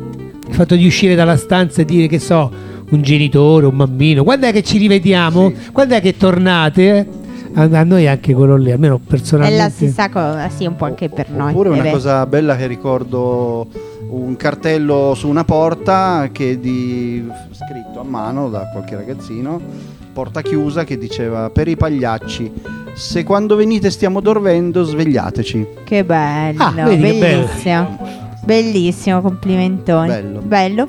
Speaker 2: Il fatto di uscire dalla stanza e dire che so, un genitore, un bambino, quando è che ci rivediamo, quando è che tornate? eh? a, a noi anche quello lì, almeno
Speaker 3: È
Speaker 2: personalmente.
Speaker 3: la stessa cosa, sì, un po' anche per noi. Eh
Speaker 1: Oppure
Speaker 3: è
Speaker 1: una
Speaker 3: vero.
Speaker 1: cosa bella che ricordo un cartello su una porta che è di scritto a mano da qualche ragazzino, porta chiusa che diceva per i pagliacci se quando venite stiamo dormendo svegliateci.
Speaker 3: Che bello,
Speaker 1: Ah, vedi che bello.
Speaker 3: bellissimo. Bellissimo, complimentoni.
Speaker 1: Bello.
Speaker 3: Bello.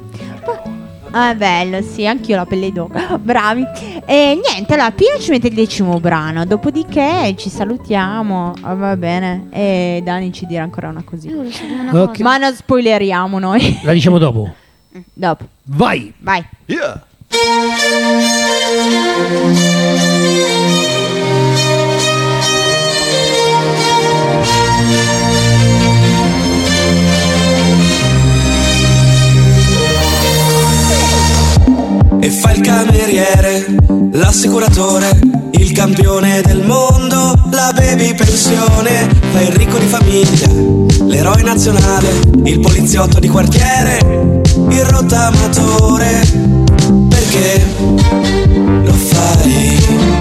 Speaker 3: Ah, bello, sì, anch'io la pelle d'oca. Bravi. E niente, allora Pino ci mette il decimo brano, dopodiché ci salutiamo. Ah, va bene. E Dani ci dirà ancora una cosina.
Speaker 2: una Ok. cosa.
Speaker 3: Ma non spoileriamo noi.
Speaker 2: La diciamo dopo.
Speaker 3: Dopo.
Speaker 2: Vai!
Speaker 3: Vai.
Speaker 14: e fa il cameriere, l'assicuratore, il campione del mondo, la baby pensione, fa il ricco di famiglia, l'eroe nazionale, il poliziotto di quartiere, il rottamatore, perché lo fai.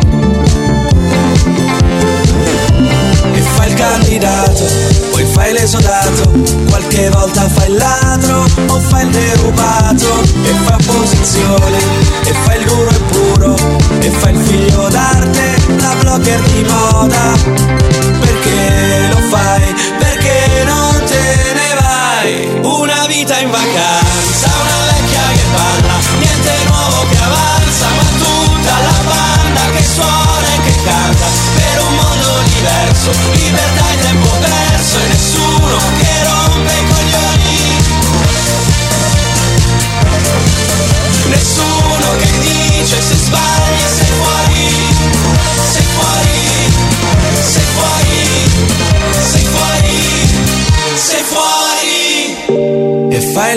Speaker 14: E fai il candidato, poi fai l'esodato, qualche volta fai il ladro o fai il derubato e fa posizione, e fai il duro e puro, e fai il figlio d'arte, la blogger di moda. Perché lo fai? Perché non te ne vai? Una vita in vacanza, una vecchia che parla, niente nuovo che avanza, ma tutta la banda che suona e che canta per un mondo diverso, libertà e tempo perso e nessuno che rompe i coglioni. Nessuno che dice se sbagli sei fuori, sei fuori, sei fuori, sei fuori, sei fuori. E fai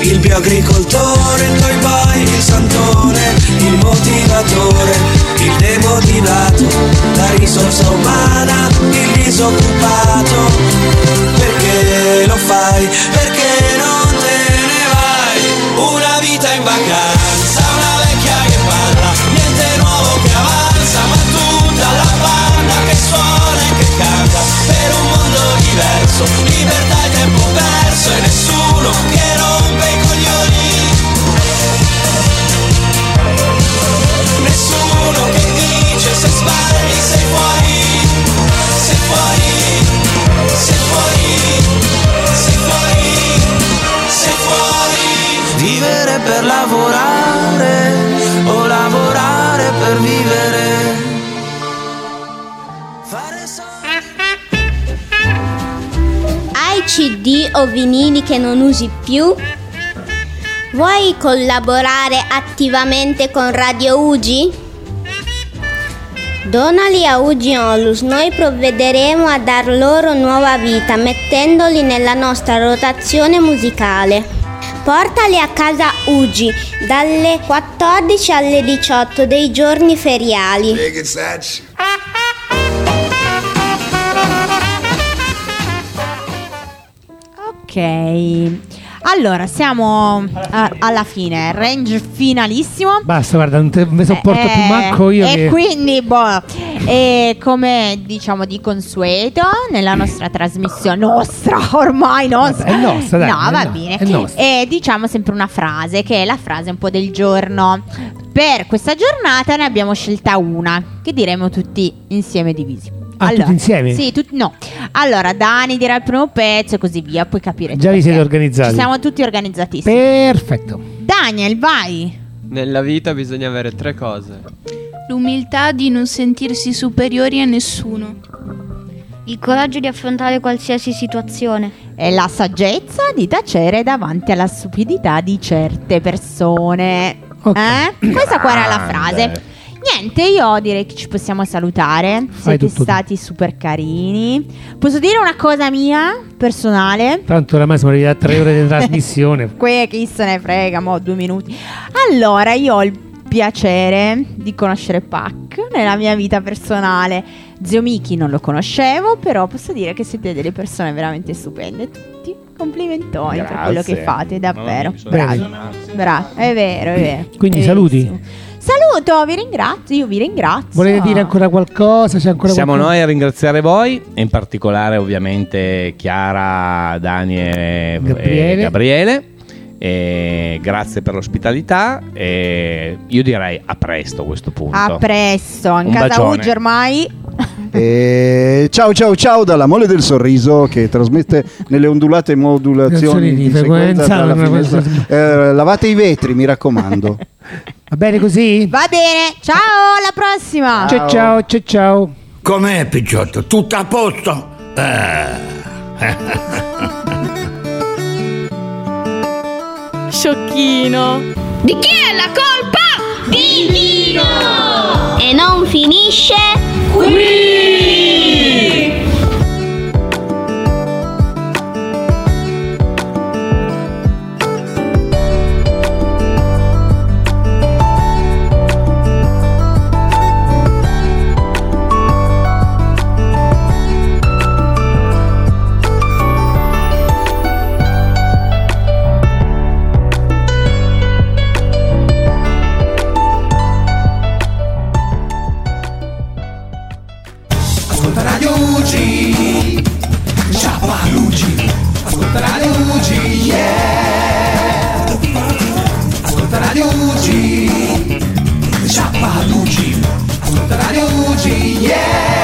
Speaker 14: il bioagricoltore, il toy boy, il santone, il motivatore, il demotivato, la risorsa umana, il disoccupato. Perché lo fai? Perché non te ne vai? Una vita in vacanza, una vecchia che parla, niente nuovo che avanza, ma tutta la banda che suona e che canta per un mondo diverso, libertà e tempo perso e nessuno che rompe i coglioni. Nessuno che dice se sbagli sei fuori, sei fuori, sei fuori, sei fuori, sei fuori. Vivere per lavorare o lavorare per vivere.
Speaker 15: Hai CD o vinili che non usi più? Vuoi collaborare attivamente con Radio Ugi? Donali a Ugi Onlus, noi provvederemo a dar loro nuova vita mettendoli nella nostra rotazione musicale. Portali a casa Ugi dalle 14 alle 18 dei giorni feriali.
Speaker 3: Ok. Allora, siamo a- alla fine, range finalissimo.
Speaker 2: Basta, guarda, non te, mi sopporto
Speaker 3: Eh,
Speaker 2: più manco io.
Speaker 3: E
Speaker 2: che-
Speaker 3: quindi, boh, e come diciamo di consueto, nella nostra trasmissione, nostra ormai nostra,
Speaker 2: Vabbè, è nostra, dai,
Speaker 3: no,
Speaker 2: è
Speaker 3: va
Speaker 2: no-
Speaker 3: bene,
Speaker 2: è nostra.
Speaker 3: e diciamo sempre una frase che è la frase un po' del giorno. Per questa giornata ne abbiamo scelta una che diremo tutti insieme divisi.
Speaker 2: Ah, tutti insieme?
Speaker 3: Sì, tut- no. Allora, Dani dirà il primo pezzo e così via, poi capire.
Speaker 2: Già vi siete organizzati.
Speaker 3: Ci siamo tutti organizzatissimi.
Speaker 2: Perfetto.
Speaker 3: Daniel, vai.
Speaker 8: Nella vita bisogna avere tre cose.
Speaker 11: L'umiltà di non sentirsi superiori a nessuno.
Speaker 4: Il coraggio di affrontare qualsiasi situazione.
Speaker 3: È la saggezza di tacere davanti alla stupidità di certe persone. Eh? Questa qua era la
Speaker 6: Grande.
Speaker 3: frase. niente, io direi che ci possiamo salutare. Siete
Speaker 2: tutto tu.
Speaker 3: stati super carini. Posso dire una cosa mia personale?
Speaker 2: Tanto oramai siamo arrivati a tre ore di trasmissione.
Speaker 3: Que- chi se ne frega, mo due minuti. Allora, io ho il piacere di conoscere Pac nella mia vita personale. Zio Miki non lo conoscevo, però posso dire che siete delle persone veramente stupende tutti. Complimentoni per
Speaker 2: Grazie.
Speaker 3: quello che fate, davvero.
Speaker 2: Mamma mia, mi sono
Speaker 3: Bravi.
Speaker 2: emozionato.
Speaker 3: Bravi. È vero, è vero.
Speaker 2: Quindi
Speaker 3: È
Speaker 2: saluti.
Speaker 3: Saluto, vi ringrazio, io vi ringrazio.
Speaker 2: Volete dire ancora qualcosa? C'è ancora
Speaker 6: Siamo
Speaker 2: qualcosa?
Speaker 6: noi a ringraziare voi, e in particolare ovviamente Chiara, Dani e
Speaker 2: Gabriele.
Speaker 6: e Gabriele. E grazie per l'ospitalità e io direi a presto a questo punto.
Speaker 3: A presto, in
Speaker 6: Un
Speaker 3: casa
Speaker 6: bacione.
Speaker 3: Uggi ormai.
Speaker 1: E ciao ciao ciao dalla mole del sorriso che trasmette nelle ondulate modulazioni
Speaker 2: Modulazioni
Speaker 1: di
Speaker 2: di
Speaker 1: sequenza
Speaker 2: frequenza,
Speaker 1: dalla
Speaker 2: una
Speaker 1: finestra. Eh, lavate i vetri, mi raccomando.
Speaker 2: Va bene così?
Speaker 3: Va bene, ciao, alla prossima.
Speaker 2: Ciao ciao ciao ciao.
Speaker 16: Com'è, Picciotto? Tutto a posto? Eh.
Speaker 7: Sciocchino. Di chi è la colpa? Di Nino.
Speaker 9: E non finisce qui!
Speaker 10: Ascolta Radio UG Sciapa UG Ascolta Radio UG Yeah Ascolta Radio UG Sciapa UG Ascolta Radio UG Yeah